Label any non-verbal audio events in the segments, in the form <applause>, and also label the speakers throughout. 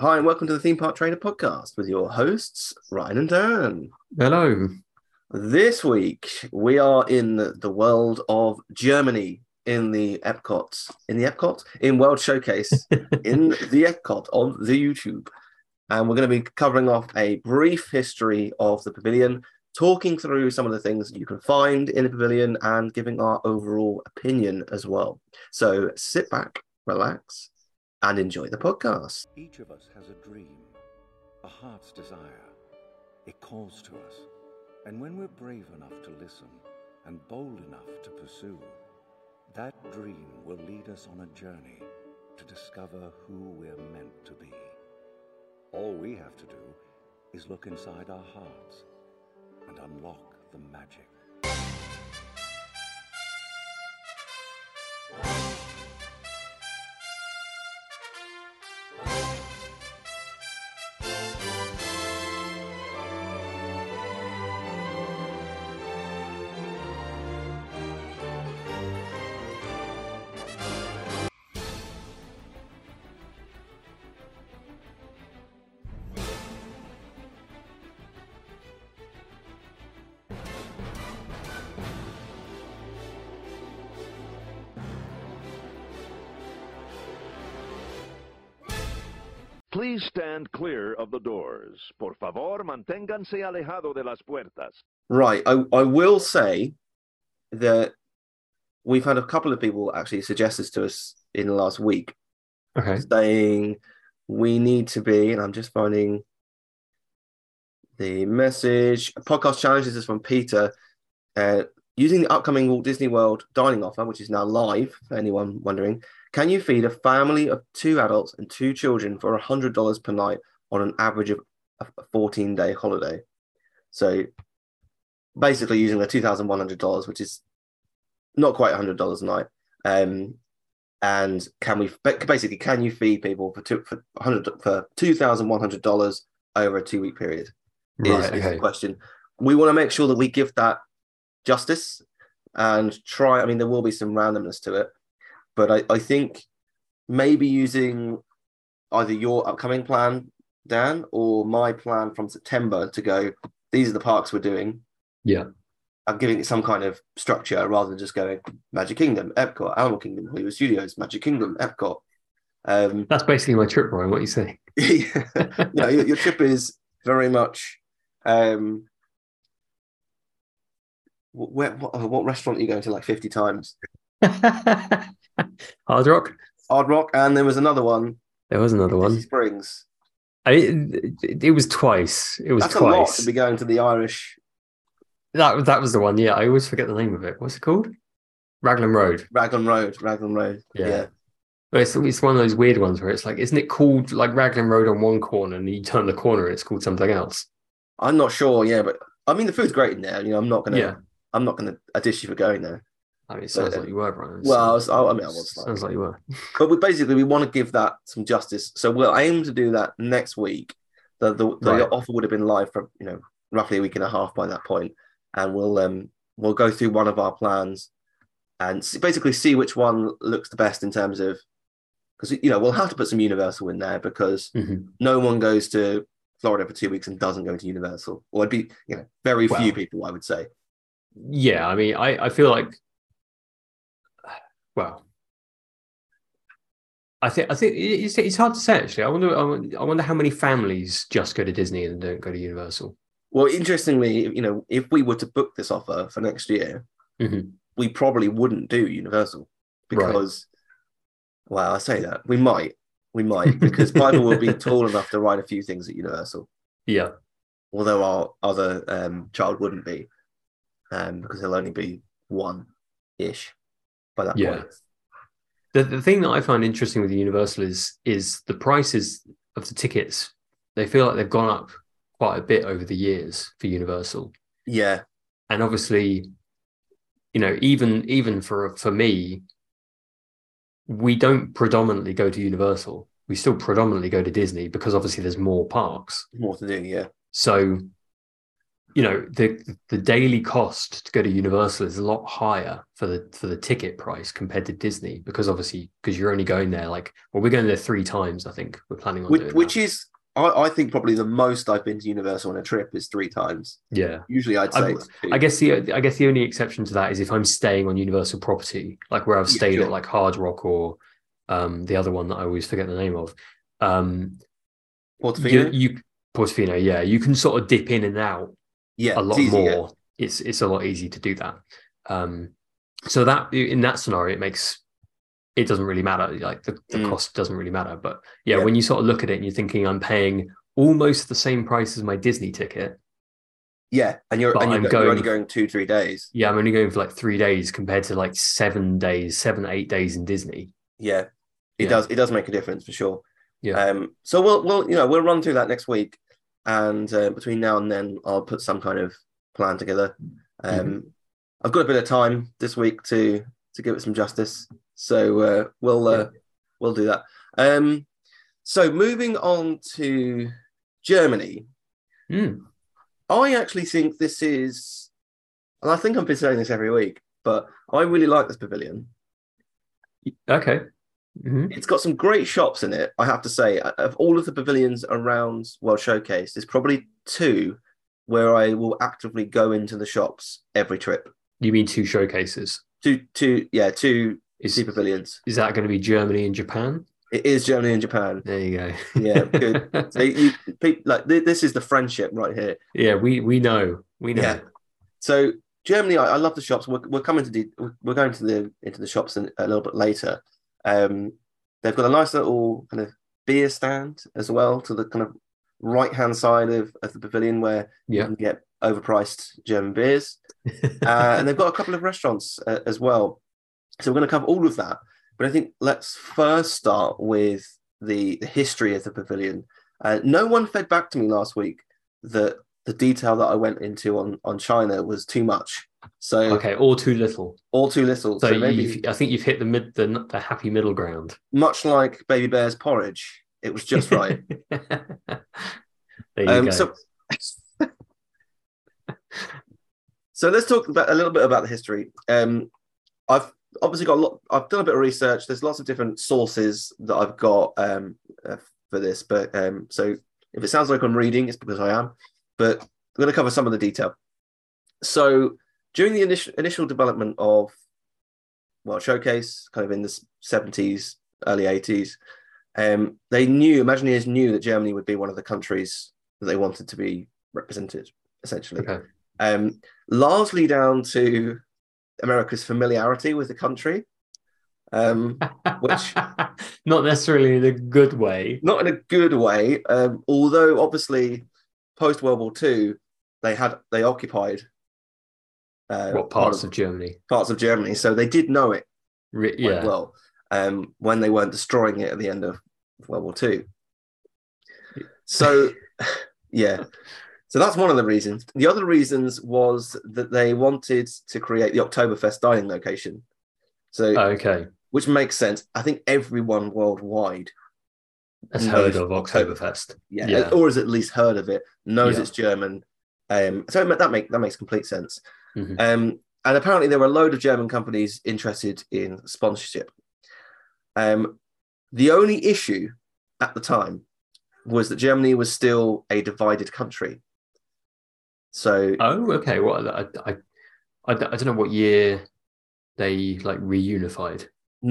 Speaker 1: Hi, and welcome to the Theme Park Trainer podcast with your hosts, Ryan and Dan.
Speaker 2: Hello.
Speaker 1: This week, we are in the world of Germany in the Epcot, in the Epcot, in World Showcase, in the Epcot on the YouTube. And we're going to be covering off a brief history of the pavilion, talking through some of the things that you can find in the pavilion and giving our overall opinion as well. So sit back, relax, and enjoy the podcast.
Speaker 3: Each of us has a dream, a heart's desire. It calls to us. And when we're brave enough to listen and bold enough to pursue, that dream will lead us on a journey to discover who we're meant to be. All we have to do is look inside our hearts and unlock the magic.
Speaker 4: Please stand clear of the doors. Por favor, manténganse alejado de las puertas.
Speaker 1: Right. I, I will say that we've had a couple of people actually suggest this to us in the last week,
Speaker 2: Okay.
Speaker 1: saying we need to be, and I'm just finding the message. Podcast challenges is from Peter. Uh, using the upcoming Walt Disney World dining offer, which is now live, for anyone wondering, can you feed a family of two adults and two children for $100 per night on an average of a 14 day holiday? So basically using the $2,100, which is not quite $100 a night. Um, and can we ba- basically can you feed people for two for hundred for two thousand one hundred dollars over a two week period? Is,
Speaker 2: Right.
Speaker 1: is the
Speaker 2: Okay.
Speaker 1: question. We want to make sure that we give that justice and try. I mean, there will be some randomness to it, but I, I think maybe using either your upcoming plan, Dan, or my plan from September to go. These are the parks we're doing.
Speaker 2: Yeah.
Speaker 1: I'm giving it some kind of structure rather than just going Magic Kingdom, Epcot, Animal Kingdom, Hollywood Studios, Magic Kingdom, Epcot. Um, <laughs>
Speaker 2: That's basically my trip, Ryan. What you saying?
Speaker 1: no, your, your trip is very much. Um, wh- where what, oh, what restaurant are you going to like fifty times?
Speaker 2: <laughs> Hard Rock.
Speaker 1: Hard Rock, and there was another one.
Speaker 2: There was another
Speaker 1: Disney
Speaker 2: one.
Speaker 1: Springs.
Speaker 2: I, it, it was twice. It was
Speaker 1: That's a lot to
Speaker 2: twice.
Speaker 1: be going to the Irish
Speaker 2: That that was the one. Yeah, I always forget the name of it. What's it called? Raglan Road.
Speaker 1: Raglan Road. Raglan Road.
Speaker 2: Yeah. But It's, it's one of those weird ones where it's like, isn't it called like Raglan Road on one corner, and you turn the corner and it's called something else?
Speaker 1: I'm not sure. Yeah, but I mean the food's great in there. You know, I'm not gonna.
Speaker 2: Yeah.
Speaker 1: I'm not gonna a dish you for going there.
Speaker 2: I mean, it sounds
Speaker 1: But,
Speaker 2: like you were,
Speaker 1: Uh,
Speaker 2: Ryan.
Speaker 1: well, I
Speaker 2: So-
Speaker 1: was- I- I mean, I was like-
Speaker 2: sounds like you were.
Speaker 1: but we basically we want to give that some justice. So we'll aim to do that next week. The the, the
Speaker 2: Right.
Speaker 1: offer would have been live for you know roughly a week and a half by that point, and we'll um we'll go through one of our plans and s- basically see which one looks the best in terms of because you know we'll have to put some Universal in there because
Speaker 2: Mhm.
Speaker 1: no one goes to Florida for two weeks and doesn't go to Universal, or it'd be you know very few
Speaker 2: Well.
Speaker 1: people I would say.
Speaker 2: yeah i mean i i feel like well i think i think it- it's, it's hard to say actually i wonder I won- i wonder how many families just go to disney and don't go to universal
Speaker 1: Well, interestingly, you know, if we were to book this offer for next year,
Speaker 2: Mhm.
Speaker 1: we probably wouldn't do Universal
Speaker 2: Right.
Speaker 1: because, well, I say that we might, we might because Bible will
Speaker 2: <laughs>
Speaker 1: be tall enough to ride a few things at Universal,
Speaker 2: yeah
Speaker 1: although our other um, child wouldn't be, um, because he'll only be one ish by that
Speaker 2: Yeah.
Speaker 1: point.
Speaker 2: the, the thing that i find interesting with universal is is the prices of the tickets they feel like they've gone up quite a bit over the years for universal
Speaker 1: Yeah,
Speaker 2: and obviously you know even even for for me we don't predominantly go to universal we still predominantly go to disney because obviously there's more parks
Speaker 1: more to do. Yeah,
Speaker 2: so you know the the daily cost to go to Universal is a lot higher for the for the ticket price compared to Disney because obviously because you're only going there like well we're going there three times I think we're planning on
Speaker 1: which,
Speaker 2: doing
Speaker 1: which
Speaker 2: that.
Speaker 1: is I, I think probably the most I've been to Universal on a trip is three times.
Speaker 2: yeah
Speaker 1: Usually, I'd say
Speaker 2: I-
Speaker 1: it's two.
Speaker 2: I guess the I guess the only exception to that is if I'm staying on Universal property, like where I've
Speaker 1: Yeah,
Speaker 2: stayed
Speaker 1: sure.
Speaker 2: at like Hard Rock or um, the other one that I always forget the name of. Um, you,
Speaker 1: Portofino.
Speaker 2: you Portofino, yeah, you can sort of dip in and out
Speaker 1: yeah,
Speaker 2: a lot
Speaker 1: it's easy,
Speaker 2: more.
Speaker 1: yeah.
Speaker 2: It's it's a lot easier to do that. Um, so that in that scenario, it makes it doesn't really matter. Like the, the
Speaker 1: Mm.
Speaker 2: cost doesn't really matter. But yeah,
Speaker 1: Yeah.
Speaker 2: when you sort of look at it and you're thinking, I'm paying almost the same price as my Disney ticket.
Speaker 1: Yeah, and you're
Speaker 2: But
Speaker 1: and you're,
Speaker 2: I'm
Speaker 1: go- you're
Speaker 2: going-
Speaker 1: only going two three days.
Speaker 2: Yeah, I'm only going for like three days compared to like seven days, seven eight days in Disney.
Speaker 1: Yeah, it
Speaker 2: Yeah.
Speaker 1: does. It does make a difference for sure.
Speaker 2: Yeah.
Speaker 1: Um. So we'll we'll you know we'll run through that next week, and uh, between now and then I'll put some kind of plan together.
Speaker 2: Mm-hmm.
Speaker 1: Um, I've got a bit of time this week to to give it some justice, so uh, we'll uh, we'll do that. Um. So moving on to Germany, Hmm.
Speaker 2: Mm.
Speaker 1: I actually think this is, and I think I've been saying this every week, but I really like this pavilion.
Speaker 2: Okay. Mhm.
Speaker 1: It's got some great shops in it, I have to say. Of all of the pavilions around World Showcase, there's probably two where I will actively go into the shops every trip.
Speaker 2: You mean two showcases?
Speaker 1: Two, two, yeah, two
Speaker 2: Is
Speaker 1: sea pavilions.
Speaker 2: is that going to be Germany and Japan?
Speaker 1: It is Germany and Japan.
Speaker 2: There you go.
Speaker 1: Yeah, good.
Speaker 2: <laughs>
Speaker 1: So you, people, like thi- this is the friendship right here.
Speaker 2: yeah, we we know we know.
Speaker 1: Yeah. So Germany, I, I love the shops. We're, we're coming to the, we're going to the into the shops in, a little bit later. Um, they've got a nice little kind of beer stand as well to the kind of right hand side of, of the pavilion where
Speaker 2: Yeah.
Speaker 1: you can get overpriced German beers. Uh, and they've got a couple of restaurants uh, as well. So we're going to cover all of that. But I think let's first start with the, the history of the pavilion. Uh, no one fed back to me last week that the detail that I went into on, on China was too much. So
Speaker 2: <laughs> okay, all too little.
Speaker 1: all too little.
Speaker 2: So,
Speaker 1: So, maybe
Speaker 2: you've, I think you've hit the mid the, the happy middle ground.
Speaker 1: much like Baby Bear's porridge, it was
Speaker 2: <laughs>
Speaker 1: just right.
Speaker 2: there you
Speaker 1: Um,
Speaker 2: go.
Speaker 1: so- <laughs> So let's talk about a little bit about the history. Um, I've obviously got a lot. I've done a bit of research. There's lots of different sources that I've got um, uh, for this, but um, so if it sounds like I'm reading, it's because I am. But I'm going to cover some of the detail. So during the initial initial development of well showcase, kind of in the 70s, early 80s, um, they knew Imagineers knew that Germany would be one of the countries that they wanted to be represented, essentially
Speaker 2: okay.
Speaker 1: um, largely down to America's familiarity with the country.
Speaker 2: <laughs>
Speaker 1: Um, Which-
Speaker 2: not necessarily in a good way.
Speaker 1: not in a good way, um, although obviously post World War II, they had they occupied uh,
Speaker 2: What parts of Germany?
Speaker 1: parts of Germany, so they did know it
Speaker 2: Re-
Speaker 1: quite
Speaker 2: yeah,
Speaker 1: well um, when they weren't destroying it at the end of World War II. So, <laughs> yeah. So that's one of the reasons. The other reasons was that they wanted to create the Oktoberfest dining location. So,
Speaker 2: okay.
Speaker 1: which makes sense. I think everyone worldwide,
Speaker 2: That's
Speaker 1: knows
Speaker 2: heard of
Speaker 1: Oktoberfest.
Speaker 2: Oktoberfest.
Speaker 1: yeah,
Speaker 2: Yeah.
Speaker 1: or has at least heard of it, knows
Speaker 2: Yeah.
Speaker 1: it's German. Um, so it ma- that make that makes complete sense.
Speaker 2: Mhm.
Speaker 1: Um, and apparently there were a load of German companies interested in sponsorship. Um, the only issue at the time was that Germany was still a divided country. So
Speaker 2: Oh, okay. Well, I, I, I, I don't know what year they like reunified.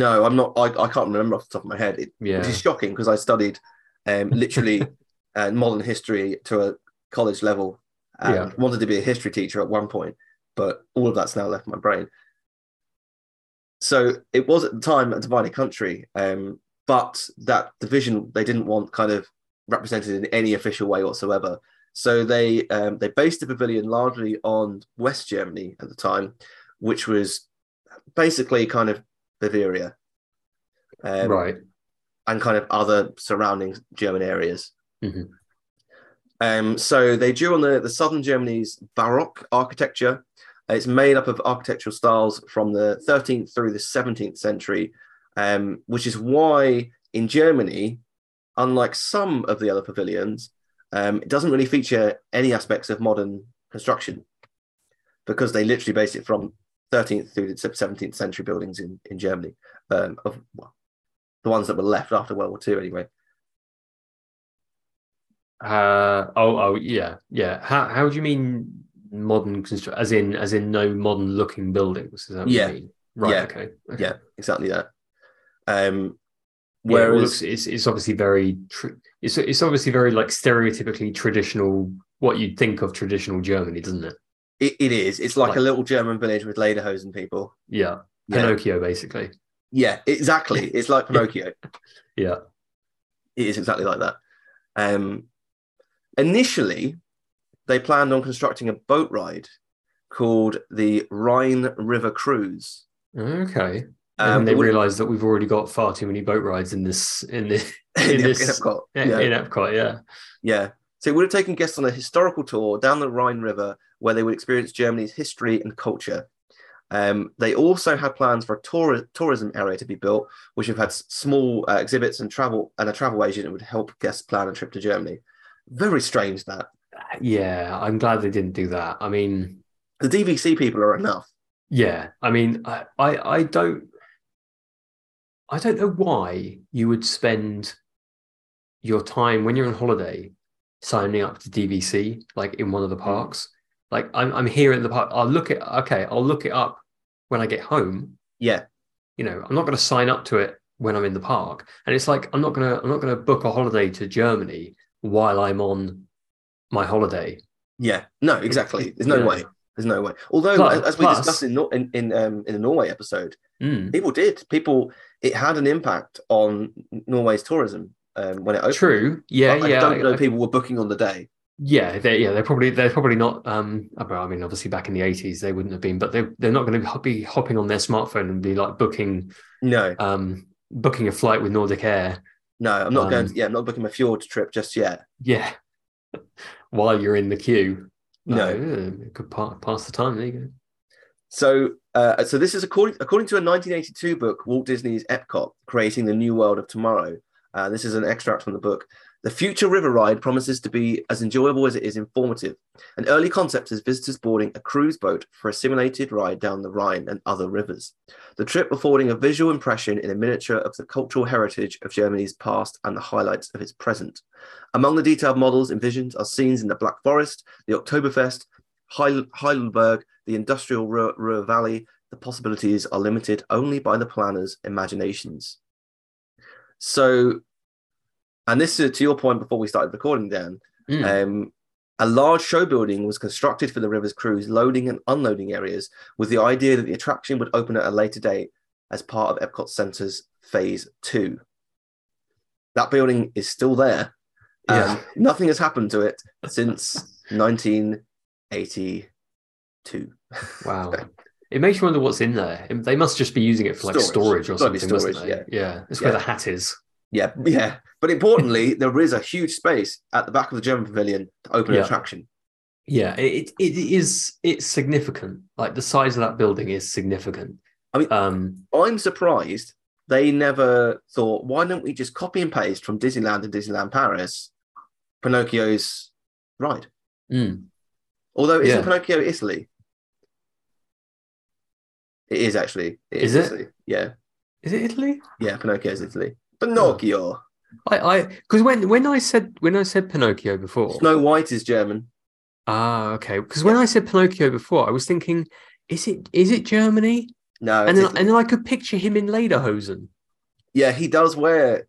Speaker 1: no, I'm not. I, I can't remember off the top of my head. It,
Speaker 2: Yeah.
Speaker 1: which is shocking because I studied um,
Speaker 2: <laughs>
Speaker 1: literally uh, modern history to a college level and
Speaker 2: Yeah.
Speaker 1: wanted to be a history teacher at one point, but all of that's now left my brain. So it was at the time a divided country, um, but that division they didn't want kind of represented in any official way whatsoever. So they um, they based the pavilion largely on West Germany at the time, which was basically kind of Bavaria. Um,
Speaker 2: right.
Speaker 1: and kind of other surrounding German areas.
Speaker 2: Mhm.
Speaker 1: Um, so they drew on the, the southern Germany's Baroque architecture. Uh, It's made up of architectural styles from the 13th through the 17th century, um, which is why in Germany, unlike some of the other pavilions, um, it doesn't really feature any aspects of modern construction because they literally base it from 13th through the 17th century buildings in, in Germany, um, of well, the ones that were left after World War II, anyway.
Speaker 2: Uh, oh, oh, yeah, yeah. How how do you mean modern construction? As in, as in, no modern looking buildings? Is that what
Speaker 1: Yeah.
Speaker 2: you mean? Right.
Speaker 1: Yeah.
Speaker 2: Okay. okay.
Speaker 1: Yeah, exactly that. Um,
Speaker 2: Yeah, it all
Speaker 1: whereas,
Speaker 2: looks- it's it's obviously very tr- it's it's obviously very like stereotypically traditional what you'd think of traditional Germany, doesn't it?
Speaker 1: It, it is. It's like,
Speaker 2: Like-
Speaker 1: a little German village with lederhosen people.
Speaker 2: Yeah.
Speaker 1: Yeah.
Speaker 2: Pinocchio, basically.
Speaker 1: Yeah,
Speaker 2: <laughs>
Speaker 1: exactly. It's like Pinocchio.
Speaker 2: Yeah.
Speaker 1: It is exactly like that. Um, initially, they planned on constructing a boat ride called the Rhine River Cruise.
Speaker 2: Okay. And
Speaker 1: Um, <laughs>
Speaker 2: they
Speaker 1: it would-
Speaker 2: realise that we've already got far too many boat rides in this in <laughs> this
Speaker 1: in
Speaker 2: in this-
Speaker 1: Epcot.
Speaker 2: in
Speaker 1: Yeah.
Speaker 2: Epcot. Yeah.
Speaker 1: Yeah. So it would have taken guests on a historical tour down the Rhine River where they would experience Germany's history and culture. Um, they also had plans for a tour- tourism area to be built, which have had s- small uh, exhibits and travel and a travel agent that would help guests plan a trip to Germany. Very strange that
Speaker 2: Yeah. I'm glad they didn't do that. I mean,
Speaker 1: the DVC people are enough.
Speaker 2: Yeah, I mean, I, I, I don't, I don't know why you would spend your time when you're on holiday signing up to DVC, like in one of the
Speaker 1: Mm.
Speaker 2: parks. Like I'm, I'm here at the park. I'll look at, okay, I'll look it up when I get home.
Speaker 1: Yeah,
Speaker 2: You know, I'm not going to sign up to it when I'm in the park. And it's like I'm not gonna, I'm not gonna book a holiday to Germany while I'm on my holiday.
Speaker 1: yeah, no,
Speaker 2: <laughs>
Speaker 1: exactly. There's no
Speaker 2: Yeah.
Speaker 1: way. There's no way. Although,
Speaker 2: Plus-
Speaker 1: as we
Speaker 2: plus-
Speaker 1: discussed in Nor- in in, um, in the Norway episode,
Speaker 2: Mm,
Speaker 1: people did. People, it had an impact on Norway's tourism um, when it opened.
Speaker 2: true. Yeah,
Speaker 1: But
Speaker 2: yeah.
Speaker 1: I don't
Speaker 2: I-
Speaker 1: know
Speaker 2: I-
Speaker 1: people were booking on the day.
Speaker 2: Yeah, they yeah they're probably they're probably not. Um, I don't know, I mean, obviously back in the eighties they wouldn't have been, but they they're not going to be hopping on their smartphone and be like booking
Speaker 1: No,
Speaker 2: um booking a flight with Nordic Air.
Speaker 1: no, I'm not going. To,
Speaker 2: Um,
Speaker 1: yeah, I'm not booking my fjord trip just yet.
Speaker 2: Yeah, <laughs> while you're in the queue.
Speaker 1: No.
Speaker 2: uh, it could pa- pass the time. There you go.
Speaker 1: So, uh, so this is according according to a 1982 book, Walt Disney's Epcot: Creating the New World of Tomorrow. Uh, this is an extract from the book. The future river ride promises to be as enjoyable as it is informative. An early concept is visitors boarding a cruise boat for a simulated ride down the Rhine and other rivers. The trip affording a visual impression in a miniature of the cultural heritage of Germany's past and the highlights of its present. Among the detailed models envisioned are scenes in the Black Forest, the Oktoberfest, Heil- Heidelberg, the industrial Ruhr, Ruhr Valley. The possibilities are limited only by the planners' imaginations. So, and this is to your point before we started recording, Dan.
Speaker 2: Mm.
Speaker 1: Um, a large show building was constructed for the river's cruise loading and unloading areas with the idea that the attraction would open at a later date as part of Epcot Centre's phase two. That building is still there. Um,
Speaker 2: Yeah.
Speaker 1: Nothing has happened to it since 1982.
Speaker 2: wow. It makes you wonder what's in there. It- They must just be using it for like
Speaker 1: Storage.
Speaker 2: storage, or
Speaker 1: It's gotta be
Speaker 2: something, mustn't
Speaker 1: storage,
Speaker 2: they? Yeah, it's where
Speaker 1: Yeah.
Speaker 2: the hat is.
Speaker 1: Yeah, yeah. But
Speaker 2: <laughs>
Speaker 1: importantly, there is a huge space at the back of the German pavilion to open an
Speaker 2: Yeah.
Speaker 1: attraction.
Speaker 2: Yeah, it it is it's significant. Like the size of that building is significant.
Speaker 1: I mean-
Speaker 2: um,
Speaker 1: I'm surprised they never thought, why don't we just copy and paste from Disneyland and Disneyland Paris Pinocchio's ride?
Speaker 2: mm,
Speaker 1: Although, isn't
Speaker 2: Yeah.
Speaker 1: Pinocchio Italy? It is actually. It is,
Speaker 2: Is it?
Speaker 1: Italy. Yeah.
Speaker 2: is it Italy?
Speaker 1: Yeah. Pinocchio's Italy. Pinocchio.
Speaker 2: I I because when when I said when I said Pinocchio before,
Speaker 1: Snow White is German.
Speaker 2: ah okay, because when I said Pinocchio before, I was thinking, is it is it Germany?
Speaker 1: No.
Speaker 2: And
Speaker 1: Uh, it's
Speaker 2: then
Speaker 1: Italy.
Speaker 2: and then I could picture him in lederhosen.
Speaker 1: yeah, he does wear,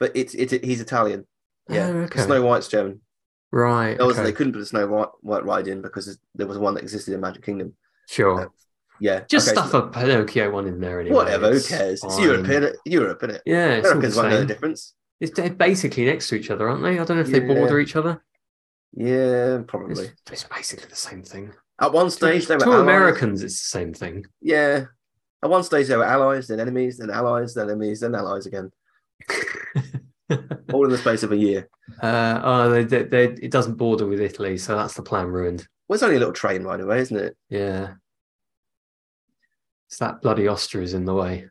Speaker 1: but it's, it's he's Italian. Yeah.
Speaker 2: Oh, okay,
Speaker 1: Snow White's German.
Speaker 2: right,
Speaker 1: Also,
Speaker 2: okay,
Speaker 1: they couldn't put a Snow White, White ride in because there was one that existed in Magic Kingdom.
Speaker 2: sure.
Speaker 1: Yeah.
Speaker 2: Just
Speaker 1: uh, okay,
Speaker 2: stuff a Pinocchio one in there anyway.
Speaker 1: Whatever, who
Speaker 2: it's
Speaker 1: cares? It's
Speaker 2: fine.
Speaker 1: Europe, innit? Europe, innit?
Speaker 2: Yeah, it's all the
Speaker 1: Americans won't know the
Speaker 2: same.
Speaker 1: difference.
Speaker 2: It's- they're basically next to each other, aren't they? I don't know if they
Speaker 1: Yeah.
Speaker 2: border each other.
Speaker 1: Yeah,
Speaker 2: It's,
Speaker 1: probably.
Speaker 2: it's basically the same thing.
Speaker 1: At one stage, they
Speaker 2: to
Speaker 1: were allies.
Speaker 2: Americans, it's the same thing. <laughs>
Speaker 1: Yeah. At one stage, they were allies, then enemies, then allies, then enemies, then allies again. All in the space of a year.
Speaker 2: uh, oh, they, they, they, it doesn't border with Italy, so that's the plan ruined.
Speaker 1: Well, it's only a little train ride away, isn't it?
Speaker 2: Yeah, it's that bloody Austria is in the way.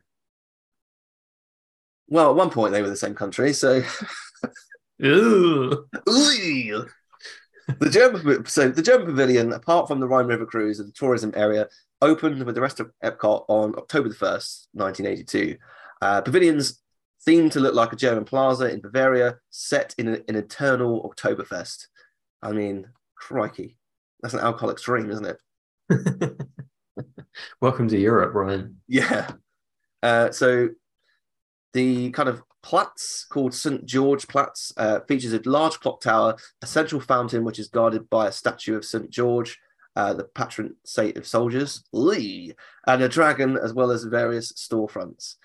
Speaker 1: Well, at one point, they were the same country, so.
Speaker 2: Ooh.
Speaker 1: Ooh. the German so the German Pavilion, apart from the Rhine River cruise and the tourism area, opened with the rest of Epcot on October the first, nineteen eighty-two. Uh, pavilions themed to look like a German plaza in Bavaria, set in an, an eternal Oktoberfest. I mean, crikey, that's an alcoholic's dream, isn't it?
Speaker 2: <laughs> Welcome to Europe, Ryan.
Speaker 1: Yeah. Uh, so the kind of Platz called St. George Platz uh, features a large clock tower, a central fountain which is guarded by a statue of St. George, uh, the patron saint of soldiers, Lee, and a dragon, as well as various storefronts.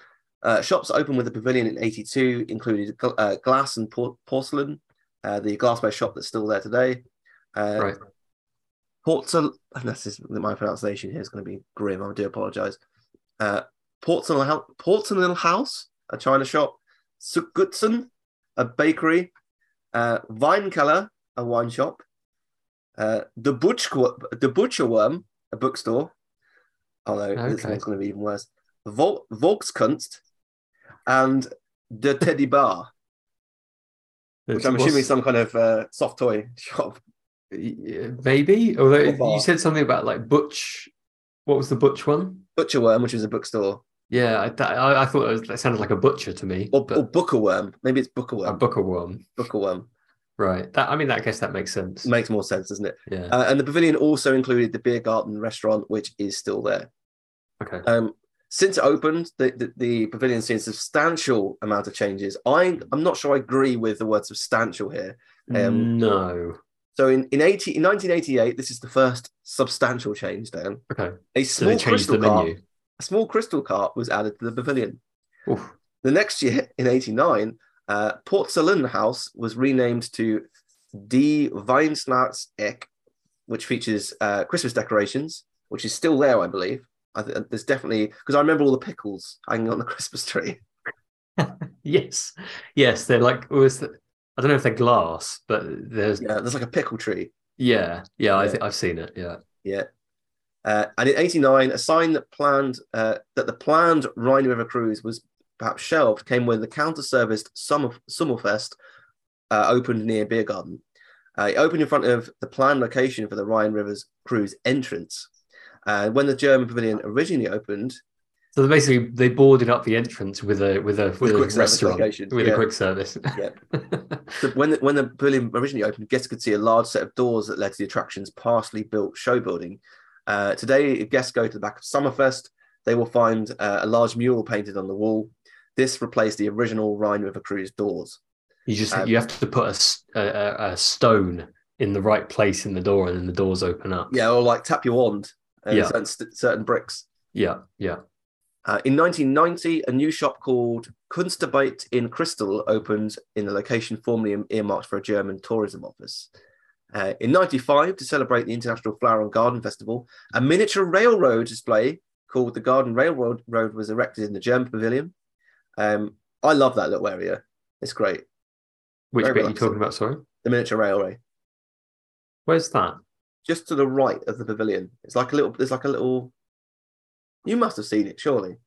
Speaker 1: Uh, shops opened with the pavilion in 82 included gl- uh, glass and por- porcelain, uh, the glassware shop that's still there today. Uh,
Speaker 2: Right.
Speaker 1: Portsel, this is my pronunciation here is going to be grim. I do apologize. Uh, Portsel, Hou- Portsel House, a china shop, Sukutsun, a bakery, uh, Weinkeller, a wine shop, uh, the Butcher, the Butcher Worm, a bookstore. Although this
Speaker 2: Okay.
Speaker 1: one's going to be even worse. Vol- Volkskunst, and the Teddy Bar, which I'm
Speaker 2: What's-
Speaker 1: assuming is some kind of uh, soft toy shop.
Speaker 2: Yeah, Maybe, although
Speaker 1: What bar?
Speaker 2: you said something about like Butch. What was the Butch one?
Speaker 1: Butcher Worm, which is a bookstore.
Speaker 2: Yeah, I, that, I, I thought it was, that sounded like a butcher to me.
Speaker 1: or,
Speaker 2: but
Speaker 1: or booker worm. Maybe it's booker
Speaker 2: a
Speaker 1: worm.
Speaker 2: booker worm,
Speaker 1: booker worm
Speaker 2: right? That I mean, that, I guess that makes sense.
Speaker 1: makes more sense, doesn't it?
Speaker 2: yeah.
Speaker 1: Uh, and the pavilion also included the beer garden restaurant, which is still there.
Speaker 2: okay.
Speaker 1: Um, since it opened, the, the, the pavilion's seen substantial amount of changes. I I'm not sure I agree with the word substantial here. um,
Speaker 2: no.
Speaker 1: So in in, 80, in 1988, this is the first substantial change. Then
Speaker 2: Okay.
Speaker 1: a
Speaker 2: So
Speaker 1: small
Speaker 2: they changed
Speaker 1: crystal
Speaker 2: the
Speaker 1: cart,
Speaker 2: menu.
Speaker 1: a small crystal cart was added to the pavilion.
Speaker 2: Oof.
Speaker 1: The next year, in '89, uh, Porcelain House was renamed to Die Weinsnachts Eck, which features uh, Christmas decorations, which is still there, I believe. I th- there's definitely because I remember all the pickles hanging on the <laughs> Christmas tree.
Speaker 2: Yes. Yes. They're like was the, I don't know if they're glass, but there's yeah
Speaker 1: Yeah, there's like a pickle tree.
Speaker 2: yeah, I
Speaker 1: Yeah.
Speaker 2: think I've seen it. Yeah.
Speaker 1: Uh, and in '89, a sign that planned uh, that the planned Rhine River cruise was perhaps shelved came when the counter-serviced Summer Summerfest uh, opened near Beer Garden. Uh, it opened in front of the planned location for the Rhine River's cruise entrance. Uh, when the German pavilion originally opened,
Speaker 2: So they basically, they boarded up the entrance with a with a with a
Speaker 1: quick service
Speaker 2: restaurant
Speaker 1: location,
Speaker 2: with
Speaker 1: yeah.
Speaker 2: a quick service.
Speaker 1: Yeah. the, when the, when the pavilion originally opened, guests could see a large set of doors that led to the attraction's partially built show building. Uh, today, if guests go to the back of Summerfest, they will find uh, a large mural painted on the wall. This replaced the original Rhine River Cruise doors.
Speaker 2: <laughs> You just
Speaker 1: Um,
Speaker 2: you have to put a s- a, a- a stone in the right place in the door, and then the doors open up.
Speaker 1: Yeah, or like tap your wand, uh,
Speaker 2: Yeah.
Speaker 1: certain, st- certain bricks.
Speaker 2: yeah, yeah.
Speaker 1: Uh, in 1990, a new shop called Kunstarbeit in Crystal opened in a location formerly earmarked for a German tourism office. Uh, in 95, to celebrate the International Flower and Garden Festival, a miniature railroad display called the Garden Railroad Road was erected in the German pavilion. Um, I love that little area. It's great.
Speaker 2: Which
Speaker 1: Very
Speaker 2: bit are you
Speaker 1: relaxing.
Speaker 2: talking about? Sorry,
Speaker 1: The miniature railway,
Speaker 2: where's that?
Speaker 1: just to the right of the pavilion. It's like a little. It's like a little. You must have seen it, surely.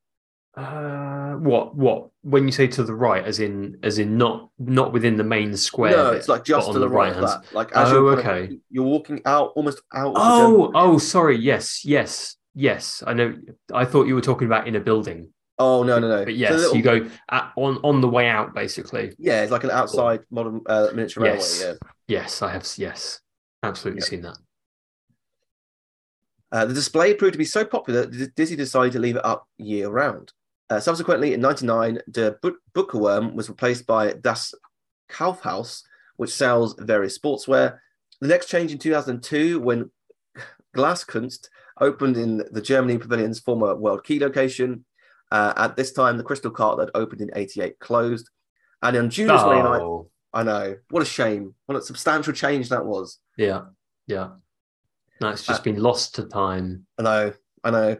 Speaker 2: Uh, what what? When you say to the right, as in as in not not within the main square.
Speaker 1: no,
Speaker 2: bit,
Speaker 1: it's like
Speaker 2: but
Speaker 1: just
Speaker 2: on
Speaker 1: to the, right of
Speaker 2: hand
Speaker 1: that. Like as
Speaker 2: Oh,
Speaker 1: you're, kind of-
Speaker 2: okay.
Speaker 1: you're walking out, almost out. of the
Speaker 2: Oh,
Speaker 1: German
Speaker 2: oh, sorry. Yes, yes, yes. I know. I thought you were talking about in a building.
Speaker 1: Oh no, no, no. It's
Speaker 2: But
Speaker 1: a
Speaker 2: yes,
Speaker 1: little-
Speaker 2: you go at, on on the way out, basically.
Speaker 1: Yeah, it's like an outside modern uh, miniature railway.
Speaker 2: Yes.
Speaker 1: Yeah.
Speaker 2: Yes, I have. s- Yes, absolutely
Speaker 1: Yeah.
Speaker 2: seen that.
Speaker 1: Uh, the display proved to be so popular that Disney decided to leave it up year round. Uh, subsequently, in '99, the Bu- Bookerworm was replaced by Das Kaufhaus, which sells various sportswear. The next change in 2002, when Glaskunst opened in the Germany Pavilion's former World Key location. Uh, at this time, the Crystal Cart that opened in '88 closed. And on June 29th,
Speaker 2: Oh,
Speaker 1: I know. What a shame. What a substantial change that was.
Speaker 2: yeah, yeah. That's just been lost to time.
Speaker 1: I know. I know.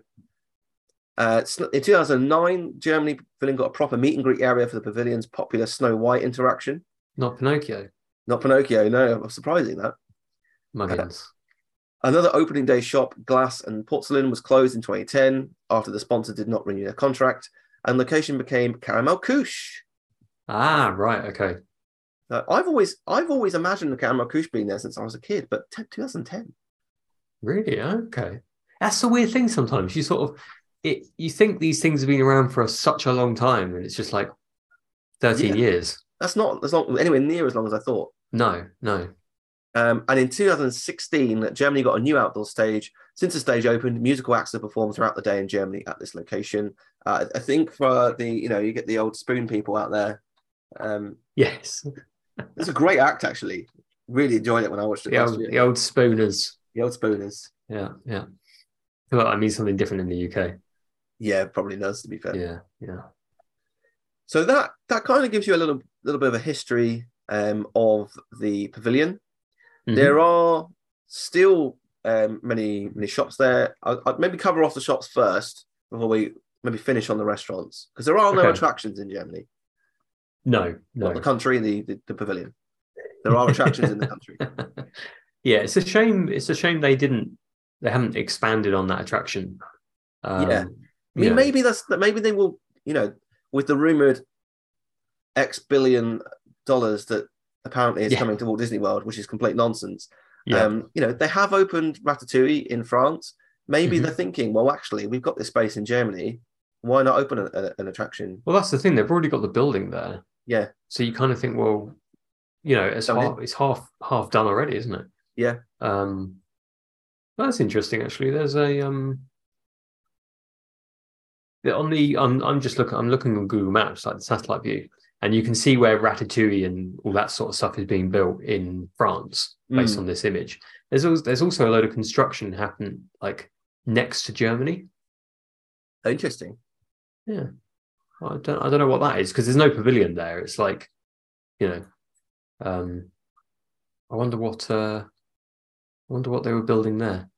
Speaker 1: Uh, sn- in 2009, Germany Pavilion got a proper meet and greet area for the pavilion's popular Snow White interaction.
Speaker 2: Not Pinocchio.
Speaker 1: Not Pinocchio, no, I'm surprising that.
Speaker 2: Muggins.
Speaker 1: Another opening day shop, Glass and Porcelain, was closed in 2010 after the sponsor did not renew their contract, and location became Caramel Couche.
Speaker 2: Ah, right. Okay.
Speaker 1: Uh, I've always I've always imagined the Karamarakush being there since I was a kid, but t- 2010.
Speaker 2: Really? Okay. That's the weird thing sometimes. You sort of it you think these things have been around for such a long time and it's just like 13
Speaker 1: Yeah.
Speaker 2: years.
Speaker 1: That's not as long anywhere near as long as I thought.
Speaker 2: No, no.
Speaker 1: Um, and in 2016, Germany got a new outdoor stage. Since the stage opened, musical acts have performed throughout the day in Germany at this location. Uh, I think for the you know you get the old spoon people out there. Um,
Speaker 2: Yes.
Speaker 1: it's a great act actually. Really enjoyed it when I watched it
Speaker 2: The
Speaker 1: last
Speaker 2: old,
Speaker 1: year.
Speaker 2: the old spooners.
Speaker 1: The old spooners.
Speaker 2: Yeah, yeah. Well, I mean something different in the UK.
Speaker 1: Yeah, probably does to be fair.
Speaker 2: Yeah, yeah.
Speaker 1: So that that kind of gives you a little little bit of a history um, of the pavilion.
Speaker 2: Mhm.
Speaker 1: There are still um, many many shops there. I'll, I'll maybe cover off the shops first before we maybe finish on the restaurants because there are no
Speaker 2: Okay.
Speaker 1: attractions in Germany,
Speaker 2: no,
Speaker 1: not
Speaker 2: no.
Speaker 1: the country, the, the the pavilion. There are attractions in the
Speaker 2: <laughs>
Speaker 1: country. <laughs>
Speaker 2: yeah, it's a shame. It's a shame they didn't. They haven't expanded on that attraction. Um,
Speaker 1: Yeah. I mean,
Speaker 2: yeah.
Speaker 1: maybe that's that. Maybe they will. You know, with the rumored X billion dollars that apparently is
Speaker 2: Yeah.
Speaker 1: coming to Walt Disney World, which is complete nonsense.
Speaker 2: Yeah.
Speaker 1: Um, you know, they have opened Ratatouille in France. Maybe
Speaker 2: Mhm.
Speaker 1: they're thinking, well, actually, we've got this space in Germany. Why not open a, a- an attraction?
Speaker 2: well, that's the thing. They've already got the building there.
Speaker 1: Yeah.
Speaker 2: So you kind of think, well, you know, it's
Speaker 1: Done it.
Speaker 2: half, it's half half done already, isn't it?
Speaker 1: Yeah.
Speaker 2: Um, that's interesting. Actually, there's a um. the- On the I'm I'm just looking I'm looking on Google Maps like the satellite view, and you can see where Ratatouille and all that sort of stuff is being built in France based
Speaker 1: Mm.
Speaker 2: on this image. There's also there's also a load of construction happen like next to Germany.
Speaker 1: Interesting.
Speaker 2: I don't I don't know what that is because there's no pavilion there. It's like, you know, um, I wonder what uh, I wonder what they were building there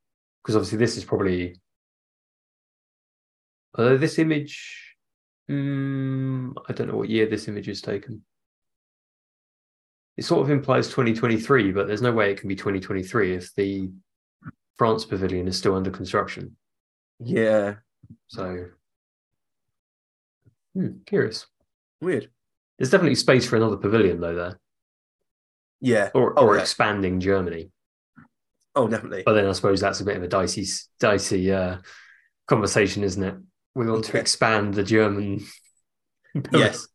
Speaker 2: because obviously this is probably although this image, mm, I don't know what year this image is taken. It sort of implies 2023, but there's no way it can be 2023 if the France pavilion is still under construction.
Speaker 1: Yeah,
Speaker 2: So, hmm, curious.
Speaker 1: weird.
Speaker 2: There's definitely space for another pavilion though there,
Speaker 1: Yeah.
Speaker 2: or
Speaker 1: Oh,
Speaker 2: or
Speaker 1: yeah.
Speaker 2: expanding Germany.
Speaker 1: Oh, definitely.
Speaker 2: But then I suppose that's a bit of a dicey dicey uh, conversation, isn't it? We want to
Speaker 1: Yeah.
Speaker 2: expand the German. <laughs>
Speaker 1: Yes.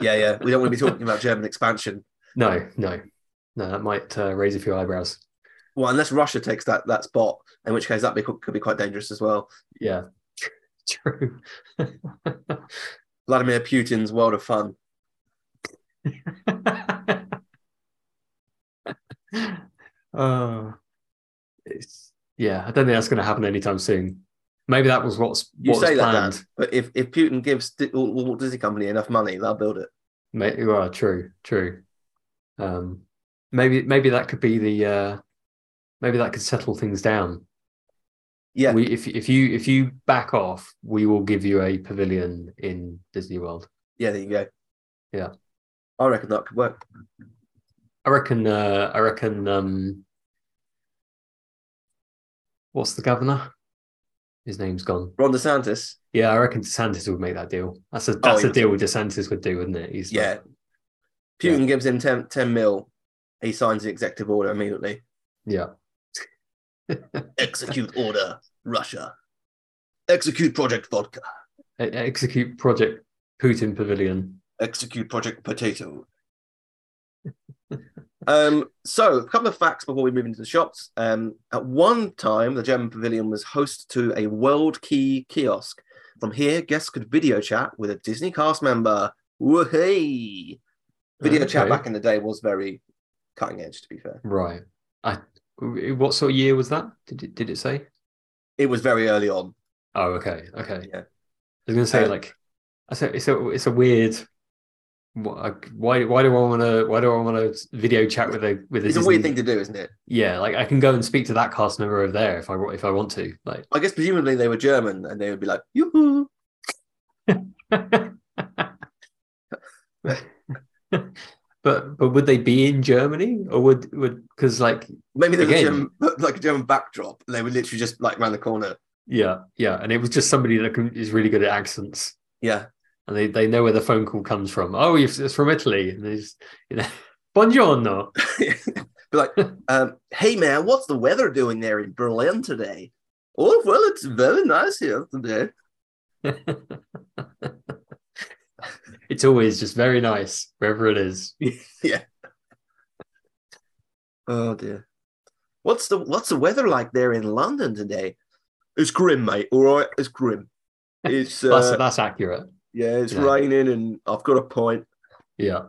Speaker 1: Yeah, yeah. We don't want to be talking about German expansion.
Speaker 2: No, no, no. That might uh, raise a few eyebrows.
Speaker 1: Well, unless Russia takes that that spot, in which case that be, could be quite dangerous as well.
Speaker 2: Yeah, <laughs> true. <laughs>
Speaker 1: Vladimir Putin's world of fun.
Speaker 2: Oh, it's yeah. I don't think that's going to happen anytime soon. Maybe that was what's
Speaker 1: You
Speaker 2: what's
Speaker 1: say that,
Speaker 2: planned.
Speaker 1: Dan, but if, if Putin gives Di- Walt Walt Disney Company enough money, they'll build it.
Speaker 2: Maybe, well, true, true. Um, maybe, maybe that could be the, uh, maybe that could settle things down.
Speaker 1: Yeah.
Speaker 2: We, if if you if you back off, we will give you a pavilion in Disney World.
Speaker 1: Yeah, there you go.
Speaker 2: Yeah.
Speaker 1: I reckon that could work.
Speaker 2: I reckon. Uh, I reckon. Um, what's the governor? His name's gone.
Speaker 1: Ron DeSantis.
Speaker 2: Yeah, I reckon DeSantis would make that deal. That's a that's
Speaker 1: Oh, he
Speaker 2: a
Speaker 1: would.
Speaker 2: deal DeSantis would do, wouldn't it? He's like,
Speaker 1: Yeah. Putin gives him 10, 10 mil. He signs the executive order immediately.
Speaker 2: yeah.
Speaker 1: Execute order, Russia. Execute Project Vodka.
Speaker 2: E- Execute Project Putin Pavilion.
Speaker 1: Execute Project Potato. <laughs> um, so, a couple of facts before we move into the shops. Um, at one time, the German pavilion was host to a World Key kiosk. From here, guests could video chat with a Disney cast member. Woohoo! Video chat
Speaker 2: Uh, Okay.
Speaker 1: back in the day was very cutting edge, to be fair.
Speaker 2: Right. I what sort of year was that? Did it did it say?
Speaker 1: It was very early on.
Speaker 2: Oh, okay, okay.
Speaker 1: Yeah.
Speaker 2: I was gonna say
Speaker 1: Uh,
Speaker 2: like, I said it's a it's a weird. wh- Why why do I want to why do I want to video chat with a with a
Speaker 1: It's a weird thing to do, isn't it?
Speaker 2: yeah like I can go and speak to that cast member over there if I wa- if I want to
Speaker 1: <laughs>
Speaker 2: like <laughs>
Speaker 1: I guess presumably they were German and they would be like, yoo
Speaker 2: but but would they be in Germany or would would because like
Speaker 1: Maybe there was a
Speaker 2: Again-
Speaker 1: German, <laughs> like a German backdrop. And they were literally just like round the corner. <laughs>
Speaker 2: yeah yeah and it was just somebody that can, is really good at accents
Speaker 1: Yeah.
Speaker 2: and they, they know <laughs> where the phone call comes from. Oh, if it's from Italy. And they just, you know, Buongiorno. <laughs>
Speaker 1: Be like, um, hey man, what's the weather doing there in Berlin today? Oh well, it's very nice here today.
Speaker 2: it's always just very nice wherever it is.
Speaker 1: Oh dear, what's the what's the weather like there in London today? It's grim, mate. All right, it's grim.
Speaker 2: <laughs>
Speaker 1: It's
Speaker 2: That's,
Speaker 1: uh,
Speaker 2: that's accurate.
Speaker 1: yeah, it's
Speaker 2: yeah.
Speaker 1: raining, and I've got a point.
Speaker 2: Yeah.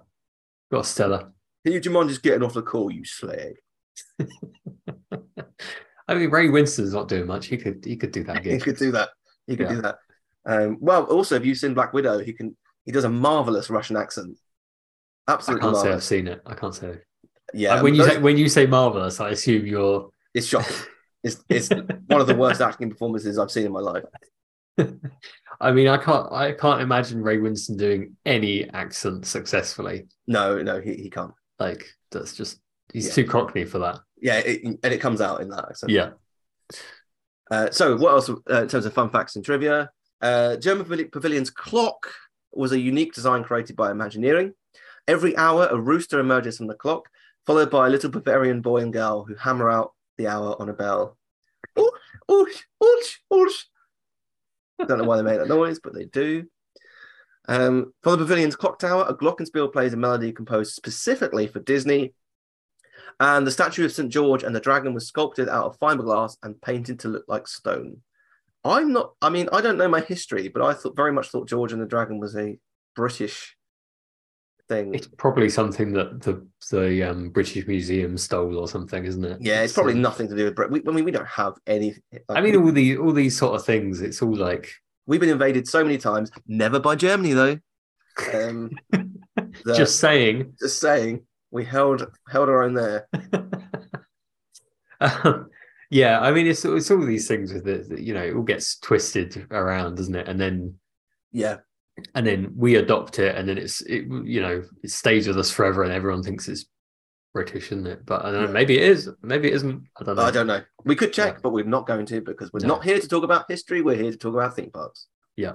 Speaker 2: Got Stella.
Speaker 1: Can you do you mind just getting off the call, you slag?
Speaker 2: I mean, Ray Winston's not doing much. He could he could do that
Speaker 1: He
Speaker 2: gig.
Speaker 1: could do that. He could
Speaker 2: Yeah.
Speaker 1: do that. Um, well, also, if you've seen Black Widow, he can. He does a marvelous Russian accent.
Speaker 2: I
Speaker 1: Absolutely
Speaker 2: can't say I've
Speaker 1: marvelous.
Speaker 2: seen it. I can't say.
Speaker 1: Yeah,
Speaker 2: Like, when you
Speaker 1: those-
Speaker 2: say when you say marvelous, I assume you're.
Speaker 1: it's shocking. It's it's one of the worst acting performances I've seen in my life.
Speaker 2: I mean, I can't I can't imagine Ray Winston doing any accent successfully.
Speaker 1: No, no, he, he can't.
Speaker 2: Like that's just he's
Speaker 1: Yeah.
Speaker 2: too cockney for that.
Speaker 1: Yeah, it, and it comes out in that accent.
Speaker 2: Yeah.
Speaker 1: Uh, so, what else uh, in terms of fun facts and trivia? Uh, German Pavi- Pavilion's clock was a unique design created by Imagineering. Every hour, a rooster emerges from the clock, followed by a little Bavarian boy and girl who hammer out the hour on a bell. Ooh, ooh, ooh, ooh. Don't know why they make that noise, but they do. Um, for the Pavilion's clock tower, a glockenspiel plays a melody composed specifically for Disney. And the statue of St. George and the dragon was sculpted out of fiberglass and painted to look like stone. I'm not, I mean, I don't know my history, but I thought very much thought George and the dragon was a British thing.
Speaker 2: It's probably something that the the um, British Museum stole or something, isn't it?
Speaker 1: yeah, it's probably
Speaker 2: um,
Speaker 1: nothing to do with Britain. We, I mean, we don't have any. like,
Speaker 2: I mean, all the all these sort of things. It's all like
Speaker 1: we've been invaded so many times, never by Germany,
Speaker 2: <laughs>
Speaker 1: though. Um, that-
Speaker 2: just saying. <laughs>
Speaker 1: just saying, we held held our own there.
Speaker 2: Um, yeah, I mean, it's it's all these things with it. that, You know, it all gets twisted around, doesn't it? And then
Speaker 1: Yeah,
Speaker 2: and then we adopt it, and then it's it you know it stays with us forever, and everyone thinks it's British, isn't it? But I don't know.
Speaker 1: Yeah.
Speaker 2: Maybe it is. Maybe it isn't. I don't know.
Speaker 1: I don't know. We could check,
Speaker 2: Yeah.
Speaker 1: but we're not going to because we're
Speaker 2: No.
Speaker 1: not here to talk about history. We're here to talk about theme parks.
Speaker 2: Yeah.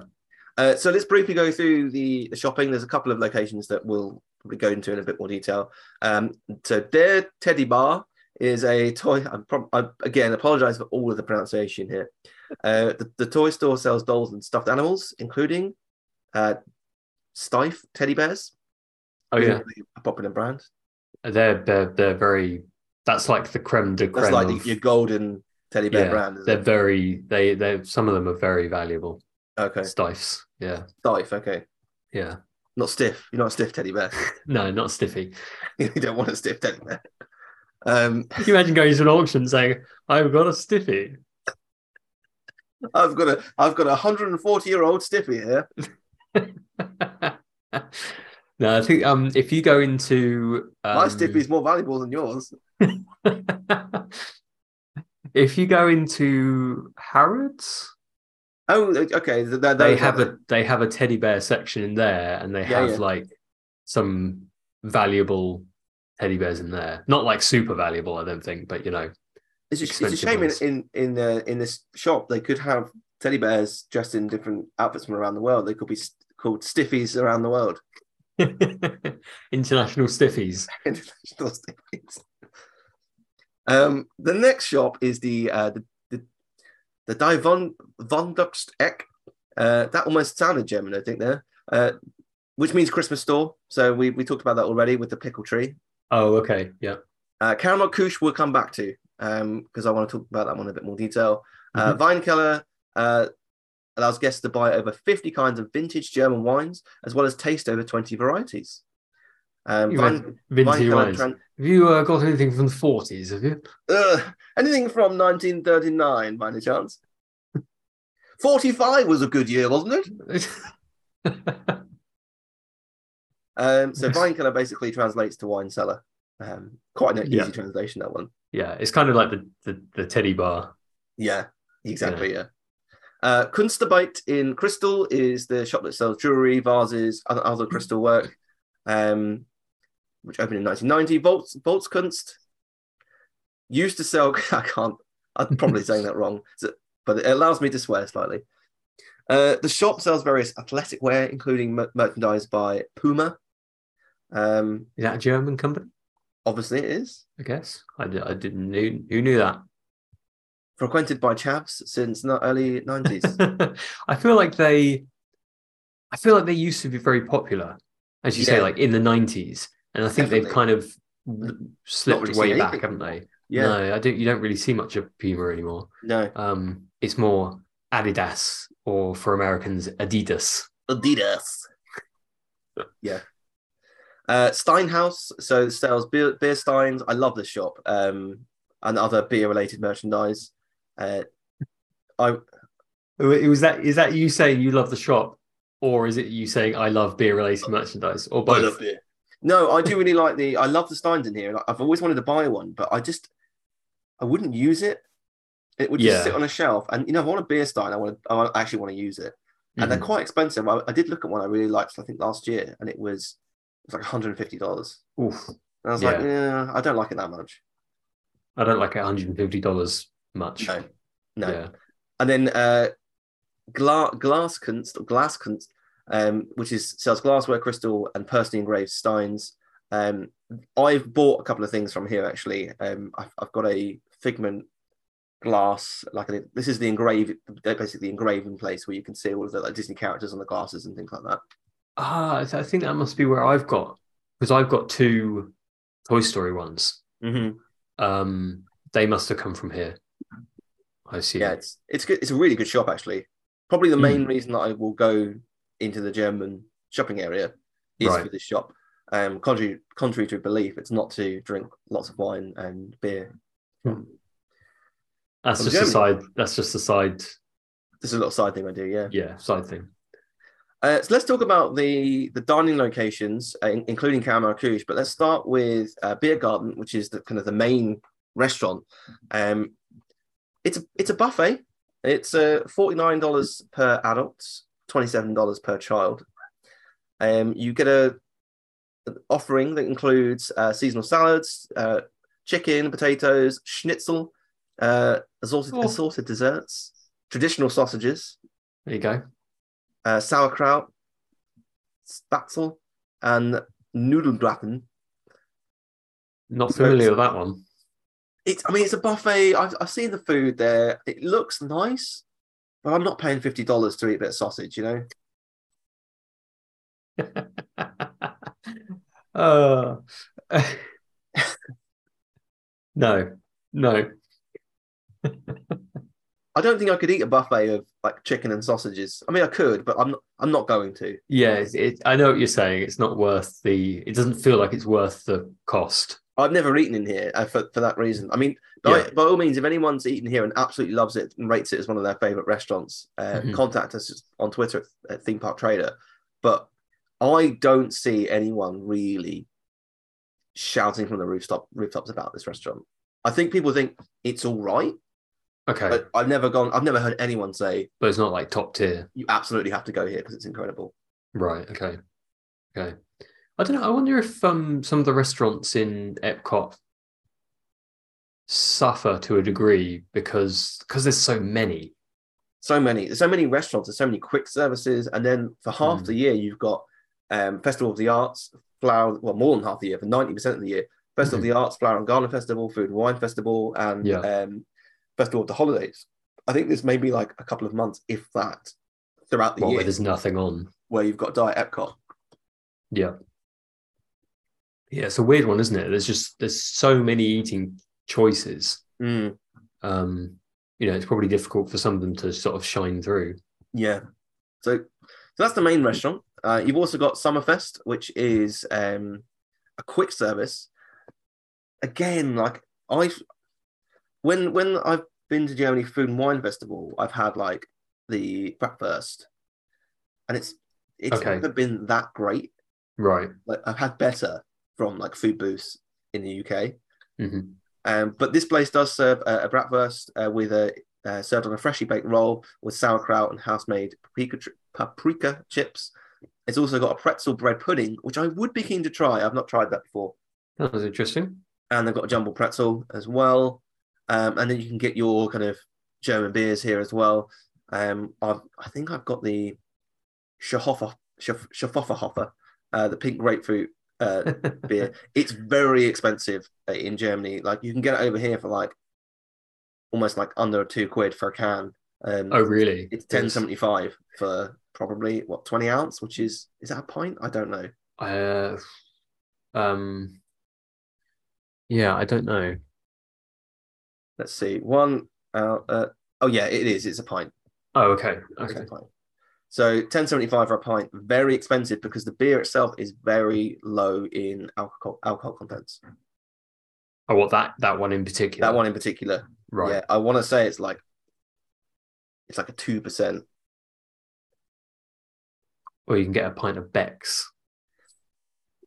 Speaker 1: Uh, so let's briefly go through the, the shopping. There's a couple of locations that we'll probably go into in a bit more detail. Um, so Dare Teddy Bar is a toy. I'm prob- I, again apologize for all of the pronunciation here. Uh, the, the toy store sells dolls and stuffed animals, including uh, Stife teddy bears.
Speaker 2: Oh yeah,
Speaker 1: a popular brand.
Speaker 2: they're they're they're very. That's like the creme de creme.
Speaker 1: That's like
Speaker 2: of-
Speaker 1: your golden teddy bear
Speaker 2: Yeah,
Speaker 1: brand. Isn't
Speaker 2: they're
Speaker 1: it?
Speaker 2: very they they some of them are very valuable.
Speaker 1: Okay,
Speaker 2: Stiffs. Yeah,
Speaker 1: Stife. Okay.
Speaker 2: yeah.
Speaker 1: Not stiff. You're not a stiff teddy bear. <laughs>
Speaker 2: No, not stiffy. <laughs>
Speaker 1: you don't want a stiff teddy bear. Um,
Speaker 2: Can you imagine going to an auction saying, "I've got a stiffy"? <laughs>
Speaker 1: I've got a I've got a 140 year old stiffy here.
Speaker 2: no, I think um, if you go into um,
Speaker 1: My stiffy's more valuable than yours.
Speaker 2: <laughs> if you go into Harrods,
Speaker 1: Oh, okay. th- th-
Speaker 2: they
Speaker 1: those
Speaker 2: have
Speaker 1: are
Speaker 2: a they have a teddy bear section in there, and they
Speaker 1: Yeah,
Speaker 2: have
Speaker 1: yeah.
Speaker 2: like some valuable teddy bears in there. Not like super valuable, I don't think, but you know, <laughs>
Speaker 1: It's a, it's a
Speaker 2: expensive
Speaker 1: shame in
Speaker 2: ones.
Speaker 1: in in, uh, in this shop they could have teddy bears dressed in different outfits from around the world. They could be st- called stiffies around the world.
Speaker 2: international stiffies.
Speaker 1: International stiffies. Um, the next shop is the uh, the the, the Die von Vonduxt Eck. Uh, that almost sounded German, I think there, uh, which means Christmas store. So we we talked about that already with the pickle tree.
Speaker 2: Oh, okay, yeah.
Speaker 1: Uh, Caramel Kush we'll come back to because I want to talk about that one in a bit more detail. Uh,
Speaker 2: Mm-hmm.
Speaker 1: Weinkeller uh, allows guests to buy over 50 kinds of vintage German wines, as well as taste over 20 varieties. Um,
Speaker 2: You
Speaker 1: Wein-
Speaker 2: had vintage
Speaker 1: Weinkeller
Speaker 2: wines.
Speaker 1: tran-
Speaker 2: Have you uh, got anything from the forties? Have you? <laughs>
Speaker 1: Ugh, anything from 1939 by any chance? <laughs> 45 was a good year, wasn't it? Um, so
Speaker 2: Yes.
Speaker 1: Weinkeller basically translates to wine cellar. Um, quite an easy
Speaker 2: Yeah.
Speaker 1: translation, that one.
Speaker 2: yeah, it's kind of like the the, the teddy bar.
Speaker 1: Yeah, exactly. Yeah. Uh, Kunstarbeit in Crystal is the shop that sells jewelry, vases, other, other crystal work, um, which opened in 1990. Volts, Voltskunst used to sell. <laughs> I can't. I'm <laughs> probably saying that wrong, so- but it allows me to swear slightly. Uh, the shop sells various athletic wear, including mer- merchandise by Puma. Um,
Speaker 2: Is that a German company?
Speaker 1: Obviously, it is.
Speaker 2: I guess. I, di- I didn't knew who knew
Speaker 1: Frequented by chavs since the early <laughs> 90s.
Speaker 2: that. <laughs> I feel like they, I feel like they used to be very popular, as you say,
Speaker 1: Yeah.
Speaker 2: like in the nineties, and I think they've
Speaker 1: Definitely.
Speaker 2: kind of w- slipped
Speaker 1: really
Speaker 2: way
Speaker 1: seen
Speaker 2: back,
Speaker 1: anything
Speaker 2: haven't they?
Speaker 1: yeah.
Speaker 2: No, I don't. You don't really see much of Puma anymore.
Speaker 1: No.
Speaker 2: Um, it's more Adidas or for Americans, Adidas.
Speaker 1: Adidas. yeah. Uh, Steinhaus, so it sells beer, beer steins. I love this shop um, and other beer related merchandise. Uh, I
Speaker 2: Oh, It was that. Is that you saying you love the shop, or is it you saying I love beer related merchandise, or both?
Speaker 1: beer. No, I do really like the. I love the steins in here. Like, I've always wanted to buy one, but I just I wouldn't use it. It would just
Speaker 2: Yeah.
Speaker 1: sit on a shelf, and you know, if I want a beer stein. I want. To, I want- I actually want to use it, and they're
Speaker 2: Mhm.
Speaker 1: quite expensive. I, I did look at one I really liked. I think last year, and it was it was like one hundred and fifty dollars.
Speaker 2: Oof.
Speaker 1: And I was like, yeah, I don't like it that much.
Speaker 2: I don't like $150 much.
Speaker 1: No, no.
Speaker 2: Yeah.
Speaker 1: And then uh, Gla- Glaskunst, Glaskunst, um, which is sells glassware, crystal, and personally engraved steins. Um, I've bought a couple of things from here actually. Um, I've, I've got a figment glass, like an, this is the engraved, basically the engraving place where you can see all of the like, Disney characters on the glasses and things like that.
Speaker 2: Ah, I th- I think that must be where I've got because I've got two Toy Story ones.
Speaker 1: Mm-hmm.
Speaker 2: Um, they must have come from here. I see.
Speaker 1: Yeah, it's it's good. It's a really good shop actually. Probably the main reason that I will go into the German shopping area is
Speaker 2: Right.
Speaker 1: for this shop. Um, contrary contrary to belief, it's not to drink lots of wine and beer.
Speaker 2: That's
Speaker 1: from
Speaker 2: just a side. That's just a side.
Speaker 1: This is a little side thing I do. Yeah.
Speaker 2: Yeah, side thing.
Speaker 1: Uh, so let's talk about the the dining locations, uh, in- including Karamarkush. But let's start with uh, Beer Garden, which is the kind of the main restaurant. Um, it's a it's a buffet. It's uh, forty nine dollars per adult, twenty seven dollars per child. Um, you get a an offering that includes uh, seasonal salads, uh, chicken, potatoes, schnitzel, uh, assorted
Speaker 2: Oh.
Speaker 1: assorted desserts, traditional sausages
Speaker 2: There you go.
Speaker 1: uh, sauerkraut, spatzel, and nudelgratin.
Speaker 2: Not
Speaker 1: So it's-
Speaker 2: familiar with that one. <laughs>
Speaker 1: It's, I mean, it's a buffet. I've, I've seen the food there. It looks nice, but I'm not paying fifty dollars to eat a bit of sausage. You know,
Speaker 2: uh, <laughs> no, no.
Speaker 1: I don't think I could eat a buffet of like chicken and sausages. I mean, I could, but I'm not, I'm not going to.
Speaker 2: Yeah, it's- it, I know what you're saying. It's not worth the. It doesn't feel like it's worth the cost.
Speaker 1: I've never eaten in here uh, for, for that reason. I mean, by,
Speaker 2: Yeah.
Speaker 1: by all means, if anyone's eaten here and absolutely loves it and rates it as one of their favorite restaurants, uh,
Speaker 2: Mhm.
Speaker 1: contact us on Twitter at, at Theme Park Trader. But I don't see anyone really shouting from the rooftop rooftops about this restaurant. I think people think it's all right,
Speaker 2: Okay, but,
Speaker 1: but I've never gone. I've never heard anyone say
Speaker 2: it's not like top tier,
Speaker 1: you absolutely have to go here because it's incredible.
Speaker 2: right? Okay, okay. I don't know. I wonder if um some of the restaurants in Epcot suffer to a degree because because there's so many.
Speaker 1: so many so many restaurants and so many quick services and then for half
Speaker 2: Mm.
Speaker 1: the year you've got um festival of the arts flower well more than half the year for 90% of the year festival of the arts flower and garden festival food and wine festival and
Speaker 2: Hmm. Yeah.
Speaker 1: um festival of the holidays i think this may be like a couple of months if that throughout the
Speaker 2: Well, where
Speaker 1: year
Speaker 2: there's nothing on.
Speaker 1: where you've got diet epcot
Speaker 2: Yeah, it's a weird one, isn't it? There's just there's so many eating choices.
Speaker 1: Mm,
Speaker 2: Um, you know, it's probably difficult for some of them to sort of shine through.
Speaker 1: yeah so so that's the main restaurant uh, you've also got summerfest which is um a quick service again like i when when i've been to germany food and wine festival i've had like the breakfast and it's it's
Speaker 2: Okay.
Speaker 1: never been that great
Speaker 2: Right.
Speaker 1: like i've had better from like food booths in the uk
Speaker 2: hmm
Speaker 1: um, but this place does serve a, a bratwurst uh, with a uh, served on a freshly baked roll with sauerkraut and house-made paprika, tr- paprika chips. It's also got a pretzel bread pudding, which I would be keen to try. I've not tried that before.
Speaker 2: That was interesting.
Speaker 1: And they've got a jumble pretzel as well. Um, and then you can get your kind of German beers here as well. Um, I've, I think I've got the Schaffhoffer, Schaff, Schaffhofferhofer, uh, the pink grapefruit uh, beer. It's very expensive uh, in Germany. Like you can get it over here for like almost like under two quid for a can. Um,
Speaker 2: <laughs> oh, really?
Speaker 1: it's ten seventy five for probably what twenty ounce, which is is that a pint? I don't know.
Speaker 2: Uh, um, yeah, I don't know.
Speaker 1: Let's see. One out. Uh, oh yeah, it is. It's a pint.
Speaker 2: Oh, okay,
Speaker 1: It's a
Speaker 2: okay.
Speaker 1: pint. So ten seventy five for a pint. Very expensive because the beer itself is very low in alcohol alcohol contents.
Speaker 2: Oh, what that that one in particular?
Speaker 1: That one in particular.
Speaker 2: right?
Speaker 1: Yeah, I want to say it's like it's like a two percent.
Speaker 2: Or you can get a pint of Beck's,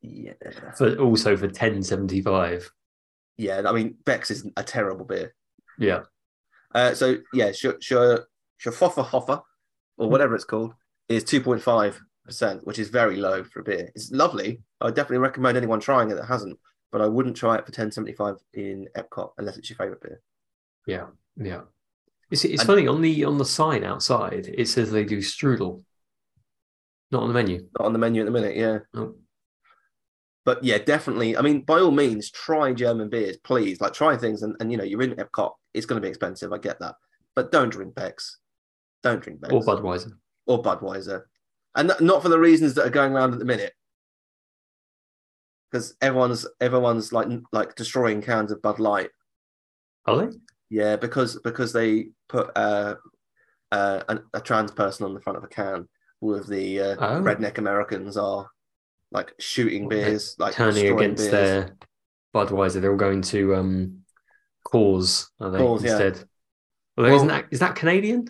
Speaker 1: Yeah.
Speaker 2: but also for ten seventy five.
Speaker 1: Yeah, I mean Bex is a terrible beer.
Speaker 2: Yeah.
Speaker 1: Uh, so yeah, Sch- Sch- Schafhoffer Hoffer, or whatever it's called, is two point five percent, which is very low for a beer. It's lovely. I would definitely recommend anyone trying it that hasn't, but I wouldn't try it for ten seventy five in Epcot unless it's your favorite beer.
Speaker 2: Yeah, it's it's
Speaker 1: And-
Speaker 2: funny on the on the sign outside it says they do strudel, not on the menu.
Speaker 1: Not on the menu at the minute, yeah.
Speaker 2: Oh,
Speaker 1: But yeah, definitely. I mean, by all means, try German beers, please. Like try things, and, and you know, you're in Epcot. It's going to be expensive. I get that, but don't drink Bex. Don't drink Bex
Speaker 2: or Budweiser.
Speaker 1: or Budweiser, and th- not for the reasons that are going around at the minute, because everyone's everyone's like like destroying cans of Bud Light.
Speaker 2: Are they?
Speaker 1: Yeah, because because they put uh, uh, an, a trans person on the front of a can. All of the uh,
Speaker 2: Oh.
Speaker 1: redneck Americans are like shooting
Speaker 2: Well, they're
Speaker 1: beers, like
Speaker 2: turning
Speaker 1: destroying beers.
Speaker 2: against their Budweiser. They're all going to um, cause I think
Speaker 1: Coors, yeah.
Speaker 2: instead. Although isn't
Speaker 1: Well-
Speaker 2: that is that Canadian?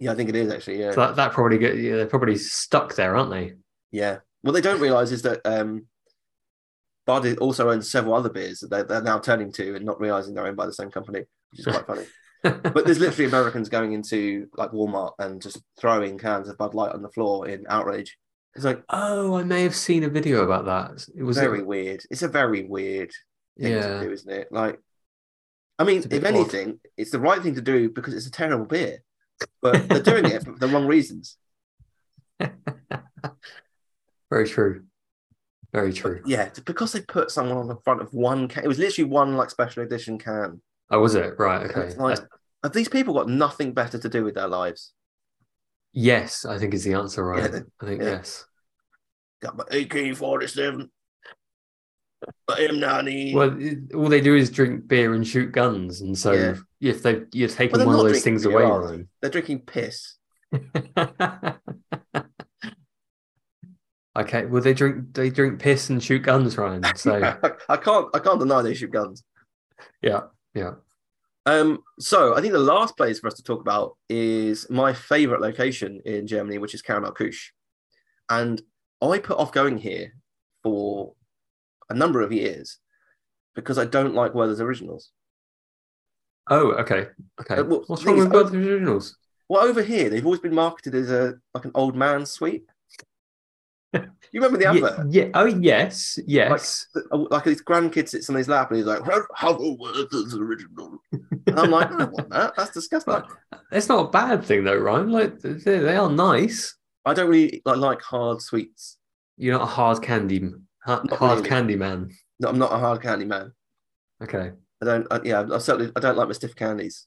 Speaker 1: Yeah, I think it is actually. Yeah,
Speaker 2: So that that probably get, yeah, they're probably stuck there, aren't they? <laughs>
Speaker 1: yeah. What they don't realize is that um, Bud also owns several other beers that they're, they're now turning to and not realizing they're owned by the same company, which is quite funny. But there's literally Americans going into like Walmart and just throwing cans of Bud Light on the floor in outrage. It's like
Speaker 2: oh, I may have seen a video about that. It was
Speaker 1: very weird. It's a very weird thing to
Speaker 2: yeah,
Speaker 1: do, isn't it? Like, I mean,
Speaker 2: It's a bit
Speaker 1: if
Speaker 2: odd.
Speaker 1: anything, it's the right thing to do because it's a terrible beer, but they're doing it for the wrong reasons.
Speaker 2: very true, very <laughs> true.
Speaker 1: Yeah, it's because they put someone on the front of one can. It was literally one like special edition can.
Speaker 2: Oh, was it right?
Speaker 1: And
Speaker 2: Okay.
Speaker 1: it's like,
Speaker 2: That's-
Speaker 1: have these people got nothing better to do with their lives?
Speaker 2: yes, I think is the answer. Right.
Speaker 1: Yeah,
Speaker 2: I think
Speaker 1: yeah.
Speaker 2: yes.
Speaker 1: Got my AK forty seven, my M ninety.
Speaker 2: Well, it- all they do is drink beer and shoot guns, and so
Speaker 1: Yeah.
Speaker 2: if they you're taking
Speaker 1: they're
Speaker 2: one of
Speaker 1: not
Speaker 2: those
Speaker 1: drinking
Speaker 2: things
Speaker 1: beer,
Speaker 2: away
Speaker 1: are
Speaker 2: from them.
Speaker 1: They're drinking piss. <laughs>
Speaker 2: <laughs> okay. Well, they drink they drink piss and shoot guns,
Speaker 1: <laughs>
Speaker 2: Ryan. So
Speaker 1: I can't. I can't deny they shoot guns.
Speaker 2: yeah, yeah.
Speaker 1: Um. So I think the last place for us to talk about is my favorite location in Germany, which is Karamellkusch, and I put off going here for a number of years because I don't like Werther's originals.
Speaker 2: Oh, okay, okay.
Speaker 1: Uh, well,
Speaker 2: What's
Speaker 1: the thing
Speaker 2: wrong
Speaker 1: is,
Speaker 2: with both originals?
Speaker 1: Well, over here they've always been marketed as a like an old man
Speaker 2: <laughs>
Speaker 1: sweet. You remember the advert?
Speaker 2: Yeah, yeah. Oh, yes, yes.
Speaker 1: like these grandkid sits on his lap and he's like, "Have a Werther's original," and I'm like, "I don't want that. That's disgusting."
Speaker 2: But it's not a bad thing though, Ryan. Like they, they are nice.
Speaker 1: I don't really like, like hard sweets.
Speaker 2: You're not a hard candy, ha-
Speaker 1: Not
Speaker 2: hard
Speaker 1: really.
Speaker 2: candy man.
Speaker 1: No, I'm not a hard candy man.
Speaker 2: Okay.
Speaker 1: I don't. I, yeah, I certainly I don't like my stiff candies.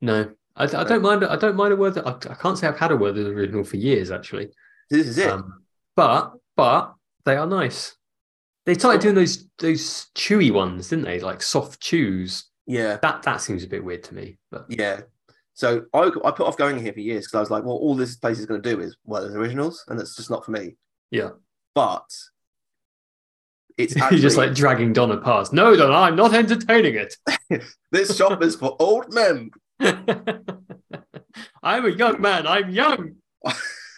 Speaker 2: No, I, I don't mind. I don't mind a word. That, I, I can't say I've had a word original for years actually.
Speaker 1: This is it.
Speaker 2: Um, but but they are nice. They started doing those those chewy ones, didn't they? Like soft chews.
Speaker 1: yeah,
Speaker 2: That that seems a bit weird to me. But <laughs>
Speaker 1: yeah. So I, I put off going here for years because I was like, well, all this place is going to do is well, there's originals, and that's just not for me.
Speaker 2: Yeah.
Speaker 1: But it's actually
Speaker 2: <laughs> you're just like dragging Donna past. No, Donna, I'm not entertaining it. <laughs>
Speaker 1: this shop is for old men.
Speaker 2: I'm a young man. I'm young.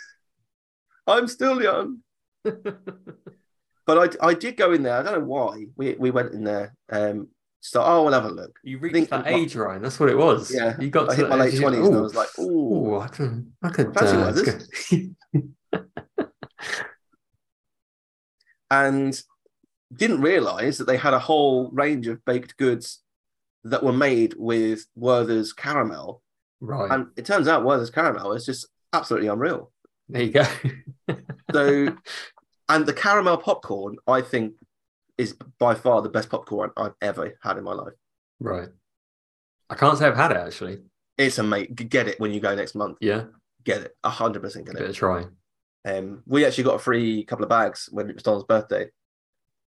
Speaker 2: <laughs>
Speaker 1: I'm still young. But I, I did go in there. I don't know why we, we went in there. Um, so oh, we'll have a look.
Speaker 2: you reached
Speaker 1: think
Speaker 2: that
Speaker 1: my-
Speaker 2: age, Ryan. That's what it was.
Speaker 1: Yeah,
Speaker 2: you got
Speaker 1: I
Speaker 2: to
Speaker 1: hit
Speaker 2: that
Speaker 1: my late
Speaker 2: age, you-
Speaker 1: twenties and I
Speaker 2: "Ooh,
Speaker 1: was like, ooh,
Speaker 2: ooh, I could, I could
Speaker 1: Fancy
Speaker 2: uh,
Speaker 1: one of
Speaker 2: <laughs> go-
Speaker 1: and didn't realize that they had a whole range of baked goods that were made with Werther's caramel.
Speaker 2: right.
Speaker 1: And it turns out Werther's caramel is just absolutely unreal.
Speaker 2: there you go.
Speaker 1: So and the caramel popcorn, I think, is by far the best popcorn I've ever had in my life.
Speaker 2: <laughs> Right. I can't say I've had it actually.
Speaker 1: It's a mate. Get it when you go next month.
Speaker 2: Yeah.
Speaker 1: Get it. hundred percent get
Speaker 2: Give it a
Speaker 1: it.
Speaker 2: try.
Speaker 1: Um, we actually got a free couple of bags when it was Don's birthday.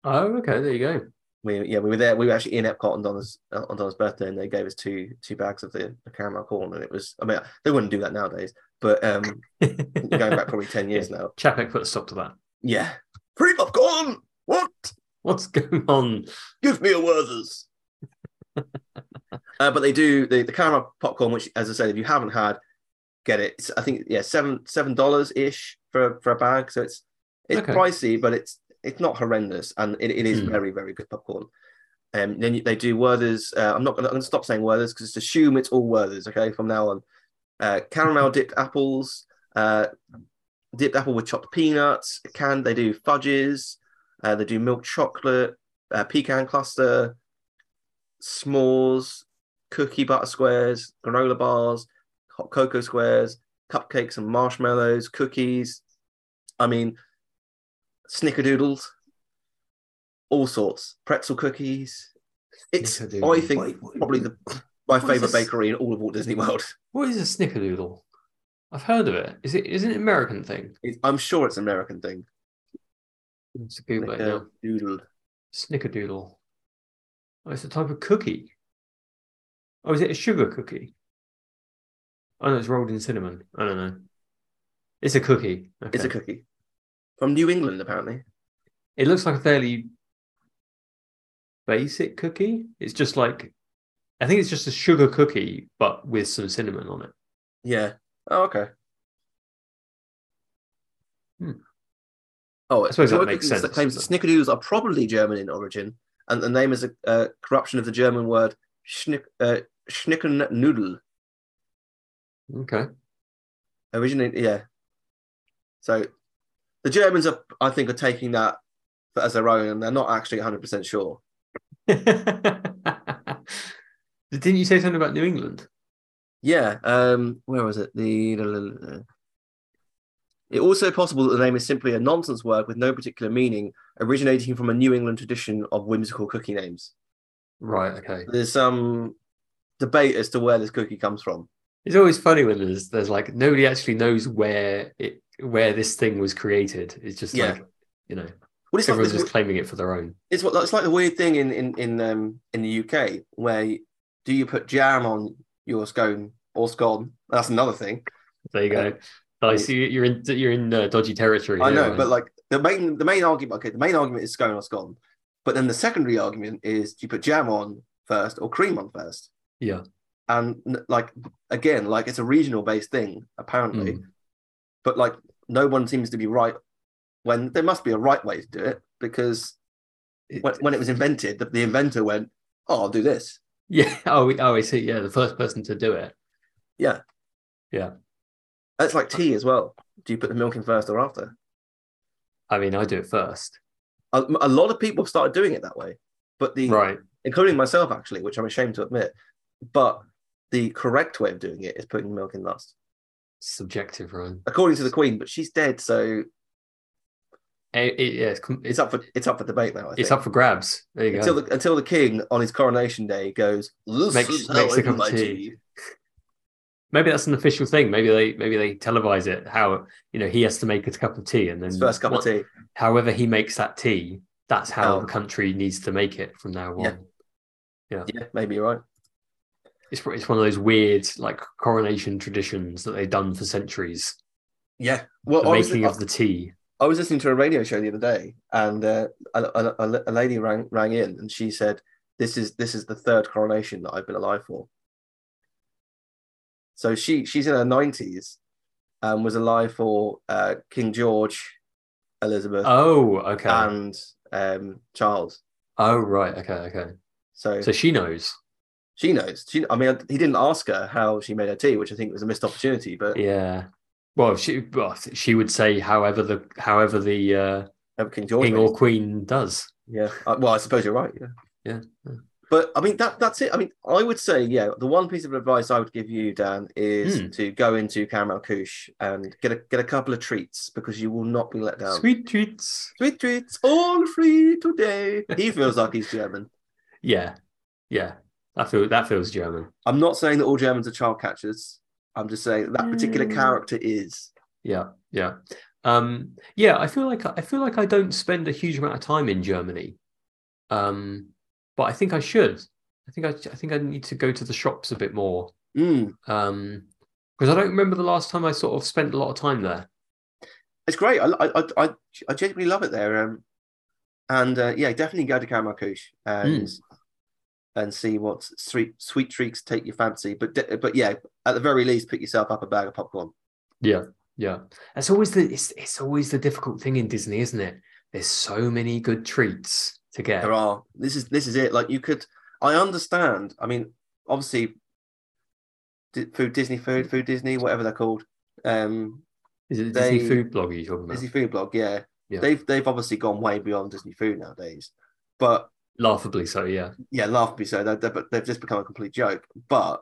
Speaker 2: Oh, okay. There you go.
Speaker 1: We yeah we were there. We were actually in Epcot on Don's uh, on Don's birthday, and they gave us two two bags of the, the caramel corn, and it was. I mean, they wouldn't do that nowadays, but um, going back probably ten years now.
Speaker 2: <laughs> Chapek put a stop to that.
Speaker 1: Yeah, free popcorn. What?
Speaker 2: What's <laughs> going on?
Speaker 1: Give me a Werther's. <laughs> uh, but they do the, the caramel popcorn, which, as I said, if you haven't had, get it. It's, I think yeah, seven seven dollars ish for for a bag. So it's it's
Speaker 2: Okay.
Speaker 1: pricey, but it's it's not horrendous, and it, it is
Speaker 2: Hmm.
Speaker 1: very very good popcorn. Um, then you- they do Werther's. Uh, I'm not gonna, I'm gonna stop saying Werther's because just assume it's all Werther's. Okay, from now on, uh, caramel dipped apples, uh, dipped apple with chopped peanuts. Can they do fudges? Uh, they do milk chocolate, uh, pecan cluster, s'mores, cookie butter squares, granola bars, hot cocoa squares, cupcakes and marshmallows, cookies. I mean, snickerdoodles, all sorts, pretzel cookies. It's, I
Speaker 2: Snickerdoodle.
Speaker 1: think,
Speaker 2: Wait, what-
Speaker 1: probably the my
Speaker 2: is
Speaker 1: favorite
Speaker 2: this?
Speaker 1: bakery in all of Walt Disney World.
Speaker 2: What is a snickerdoodle? I've heard of it. Is it isn't it an American thing?
Speaker 1: It- I'm sure it's an American thing.
Speaker 2: Let's Google
Speaker 1: Like
Speaker 2: it now.
Speaker 1: a doodle.
Speaker 2: Snickerdoodle. Oh, it's a type of cookie. Oh, is it a sugar cookie? Oh no, it's rolled in cinnamon. I don't know. It's a cookie.
Speaker 1: It's
Speaker 2: Okay.
Speaker 1: a cookie from New England, apparently.
Speaker 2: It looks like a fairly basic cookie. It's just like I think it's just a sugar cookie, but with some cinnamon on it.
Speaker 1: Yeah. Oh, okay.
Speaker 2: Hmm.
Speaker 1: Oh,
Speaker 2: I suppose that
Speaker 1: Joy
Speaker 2: makes
Speaker 1: Cookies
Speaker 2: sense,
Speaker 1: claims that snickerdoodles are probably German in origin, and the name is a uh, corruption of the German word schnick, uh, schnickernudel.
Speaker 2: Okay. <laughs>
Speaker 1: Originally, yeah. So the Germans are, I think, are taking that as their own, and they're not actually 100% sure.
Speaker 2: Didn't you say something about New England?
Speaker 1: Yeah. Um, where was it? The, it also possible that the name is simply a nonsense word with no particular meaning, originating from a New England tradition of whimsical cookie names.
Speaker 2: Right. Okay.
Speaker 1: There's some debate as to where this cookie comes from.
Speaker 2: It's always funny when there's there's like nobody actually knows where it where this thing was created. It's just
Speaker 1: Yeah.
Speaker 2: like you know
Speaker 1: Well, it's like
Speaker 2: everyone's
Speaker 1: this-
Speaker 2: just claiming it for their own.
Speaker 1: it's what it's like the weird thing in in in um in the UK where you- do you put jam on your scone or scone? That's another thing.
Speaker 2: There you go. I see you're in you're in uh, dodgy territory.
Speaker 1: I
Speaker 2: here,
Speaker 1: know,
Speaker 2: man.
Speaker 1: but like the main the main argument, okay, the main argument is scone or scone, but then the secondary argument is do you put jam on first or cream on first?
Speaker 2: Yeah.
Speaker 1: And n- like again, like it's a regional based thing apparently,
Speaker 2: Mm.
Speaker 1: but like no one seems to be right when there must be a right way to do it because
Speaker 2: It-
Speaker 1: when, when it was invented, the, the inventor went, "Oh, I'll do this."
Speaker 2: <laughs> yeah. Oh, we- oh, I see. Yeah, the first person to do it.
Speaker 1: That's like tea as well. Do you put the milk in first or after?
Speaker 2: I mean, I do it first,
Speaker 1: A, a lot of people started doing it that way, but the
Speaker 2: right?
Speaker 1: including myself actually, which I'm ashamed to admit, but the correct way of doing it is putting milk in last,
Speaker 2: Subjective, Ryan.
Speaker 1: according to the Queen. But she's dead, so
Speaker 2: It, it- yeah, it's, com-
Speaker 1: it's up for it's up for debate now. I think.
Speaker 2: it's up for grabs. There you
Speaker 1: until
Speaker 2: go.
Speaker 1: the until the King on his coronation day goes. This
Speaker 2: Makes-
Speaker 1: is
Speaker 2: makes
Speaker 1: how
Speaker 2: a
Speaker 1: I
Speaker 2: cup
Speaker 1: do
Speaker 2: of
Speaker 1: my tea.
Speaker 2: tea. Maybe that's an official thing. Maybe they maybe they televise it. How you know he has to make a cup of tea, and then
Speaker 1: His first cup
Speaker 2: what-
Speaker 1: of tea.
Speaker 2: however he makes that tea, that's how
Speaker 1: Oh.
Speaker 2: the country needs to make it from now on.
Speaker 1: Yeah. Yeah, maybe you're right.
Speaker 2: It's pro- it's one of those weird like coronation traditions that they've done for centuries.
Speaker 1: Yeah. Well,
Speaker 2: the
Speaker 1: obviously,
Speaker 2: making of the tea.
Speaker 1: I was listening to a radio show the other day, and uh, a, a, a lady rang rang in, and she said, "This is this is the third coronation that I've been alive for." So she she's in her nineties, and was alive for uh, King George, Elizabeth,
Speaker 2: Oh, okay.
Speaker 1: and um, Charles.
Speaker 2: oh, right. Okay, okay.
Speaker 1: So,
Speaker 2: So she knows.
Speaker 1: she knows. She, I mean, he didn't ask her how she made her tea, which I think was a missed opportunity. But
Speaker 2: Yeah. Well, if she well, she would say however the however the uh,
Speaker 1: King George,
Speaker 2: king
Speaker 1: made it.
Speaker 2: or queen does.
Speaker 1: yeah. Uh, Well, I suppose you're right. Yeah.
Speaker 2: Yeah, yeah.
Speaker 1: But I mean that that's it. I mean, I would say, yeah, the one piece of advice I would give you, Dan, is
Speaker 2: Hmm.
Speaker 1: to go into Caramel Couche and get a get a couple of treats because you will not be let down.
Speaker 2: Sweet treats.
Speaker 1: Sweet treats, all free today. He feels like he's German.
Speaker 2: Yeah, yeah. That feel that feels German.
Speaker 1: I'm not saying that all Germans are child catchers. I'm just saying that particular
Speaker 2: Mm.
Speaker 1: character is.
Speaker 2: Yeah, yeah. Um, yeah, I feel like I feel like I don't spend a huge amount of time in Germany. Um, but I think I should. I think I, I think I need to go to the shops a bit more.
Speaker 1: Mm.
Speaker 2: Um, because I don't remember the last time I sort of spent a lot of time there.
Speaker 1: It's great. I I I, I- I genuinely love it there. Um, and uh, yeah, definitely go to Caramel Couche and and see what sweet sweet treats take your fancy. But de- but yeah, at the very least, pick yourself up a bag of popcorn.
Speaker 2: Yeah, yeah. That's always the it's it's always the difficult thing in Disney, isn't it? There's so many good treats to get.
Speaker 1: There are. This is this is it. Like you could. I understand. I mean, obviously, di- food Disney food food Disney whatever they're called. Um,
Speaker 2: Is it the
Speaker 1: They-
Speaker 2: Disney food blog you're talking about?
Speaker 1: Disney food blog. Yeah.
Speaker 2: Yeah.
Speaker 1: They've they've obviously gone way beyond Disney food nowadays. But
Speaker 2: Laughably so, yeah.
Speaker 1: yeah, laughably so. They're, they're, they've just become a complete joke. But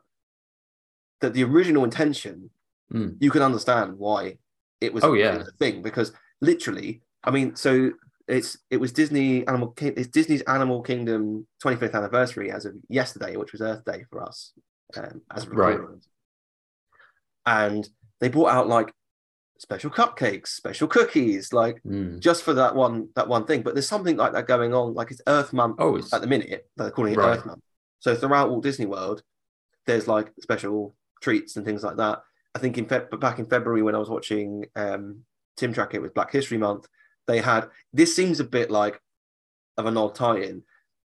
Speaker 1: that the original intention,
Speaker 2: Mm.
Speaker 1: you can understand why it was.
Speaker 2: Oh,
Speaker 1: it
Speaker 2: yeah.
Speaker 1: was a thing because literally, I mean, so it's it was Disney Animal King- it's Disney's Animal Kingdom 25th anniversary as of yesterday, which was Earth Day for us, um, as of
Speaker 2: Right.
Speaker 1: recording. And they brought out like special cupcakes, special cookies, like
Speaker 2: Mm.
Speaker 1: just for that one that one thing. But there's something like that going on. Like it's Earth Month
Speaker 2: Oh, it's
Speaker 1: at the minute they're calling it
Speaker 2: Right.
Speaker 1: Earth Month. So throughout Walt Disney World, there's like special treats and things like that. I think in Feb- back in February when I was watching um, Tim Track, it was Black History Month. They had this seems a bit like of an odd tie-in.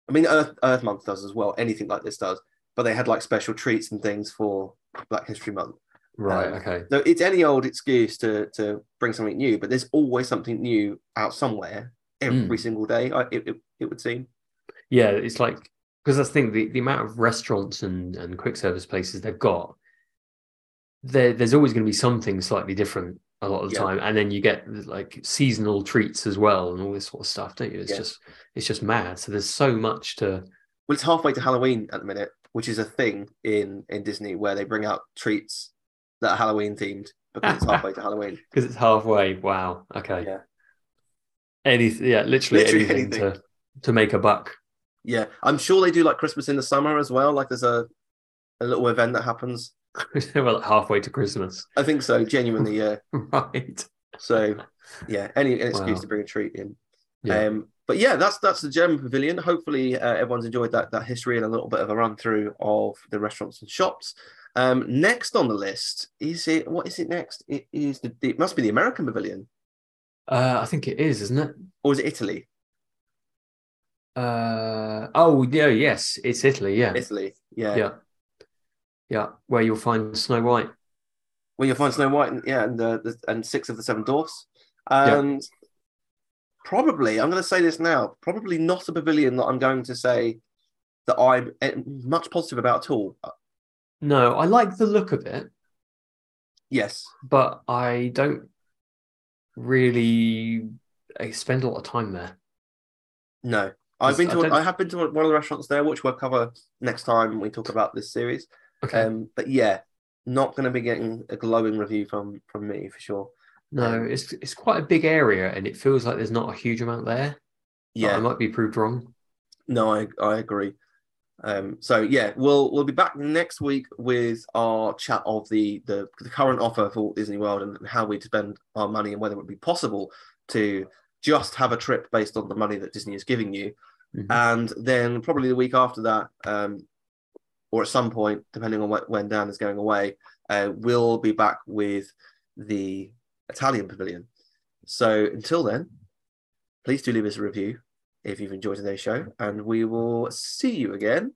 Speaker 1: I mean, Earth Earth Month does as well. Anything like this does, but they had like special treats and things for Black History Month.
Speaker 2: right.
Speaker 1: um,
Speaker 2: okay.
Speaker 1: So it's any old excuse to to bring something new, but there's always something new out somewhere every single day. I, it, it it would seem.
Speaker 2: Yeah, it's like because that's the thing, the, the amount of restaurants and, and quick service places they've got, there there's always going to be something slightly different a lot of the
Speaker 1: Yeah.
Speaker 2: time. And then you get like seasonal treats as well and all this sort of stuff, don't you? It's
Speaker 1: Yeah.
Speaker 2: just it's just mad. So there's so much to
Speaker 1: well, it's halfway to Halloween at the minute, which is a thing in in Disney where they bring out treats that are Halloween themed because it's
Speaker 2: <laughs>
Speaker 1: halfway to Halloween.
Speaker 2: because it's halfway. Wow. Okay.
Speaker 1: Yeah.
Speaker 2: Anything yeah, literally,
Speaker 1: Literally
Speaker 2: anything,
Speaker 1: anything.
Speaker 2: to to make a buck. <laughs>
Speaker 1: Yeah, I'm sure they do like Christmas in the summer as well. Like there's a a little event that happens.
Speaker 2: well, halfway to Christmas. <laughs>
Speaker 1: I think so, genuinely. Yeah.
Speaker 2: Right.
Speaker 1: So yeah, any excuse
Speaker 2: Wow.
Speaker 1: to bring a treat in.
Speaker 2: Yeah.
Speaker 1: Um, but yeah, that's that's the German Pavilion. Hopefully, uh, everyone's enjoyed that that history and a little bit of a run through of the restaurants and shops. Um, next on the list is it? What is it next? It is the it must be the American Pavilion
Speaker 2: Uh, I think it is, isn't it?
Speaker 1: or is it Italy?
Speaker 2: Uh, oh, yeah, yes, it's Italy, yeah.
Speaker 1: Italy. Yeah.
Speaker 2: Yeah. Yeah, where you'll find Snow White.
Speaker 1: When you find Snow White, and, yeah, and uh, the, and six of the seven dwarfs,
Speaker 2: Yeah.
Speaker 1: and probably I'm going to say this now. Probably not a pavilion that I'm going to say that I'm eh, much positive about at all. Uh,
Speaker 2: No, I like the look of it,
Speaker 1: Yes,
Speaker 2: but I don't really I spend a lot of time there.
Speaker 1: no. I've been
Speaker 2: I
Speaker 1: to.
Speaker 2: don't-
Speaker 1: I have been to one of the restaurants there, which we'll cover next time when we talk about this series.
Speaker 2: Okay.
Speaker 1: Um, but yeah, not going to be getting a glowing review from from me for sure.
Speaker 2: no,
Speaker 1: um,
Speaker 2: it's it's quite a big area and it feels like there's not a huge amount there. but
Speaker 1: Yeah,
Speaker 2: I might be proved wrong.
Speaker 1: No, I, I agree. Um, so yeah, we'll we'll be back next week with our chat of the, the the current offer for Walt Disney World and how we'd spend our money and whether it would be possible to just have a trip based on the money that Disney is giving you.
Speaker 2: Mhm.
Speaker 1: And then probably the week after that, um, or at some point, depending on wh- when Dan is going away, uh, we'll be back with the Italian Pavilion. So until then, please do leave us a review if you've enjoyed today's show, and we will see you again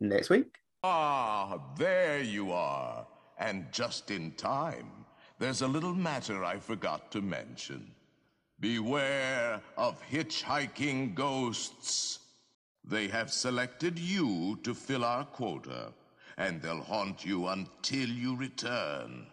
Speaker 1: next week.
Speaker 5: Ah, there you are. And just in time, there's a little matter I forgot to mention. Beware of hitchhiking ghosts. They have selected you to fill our quota, and they'll haunt you <laughs> until you return.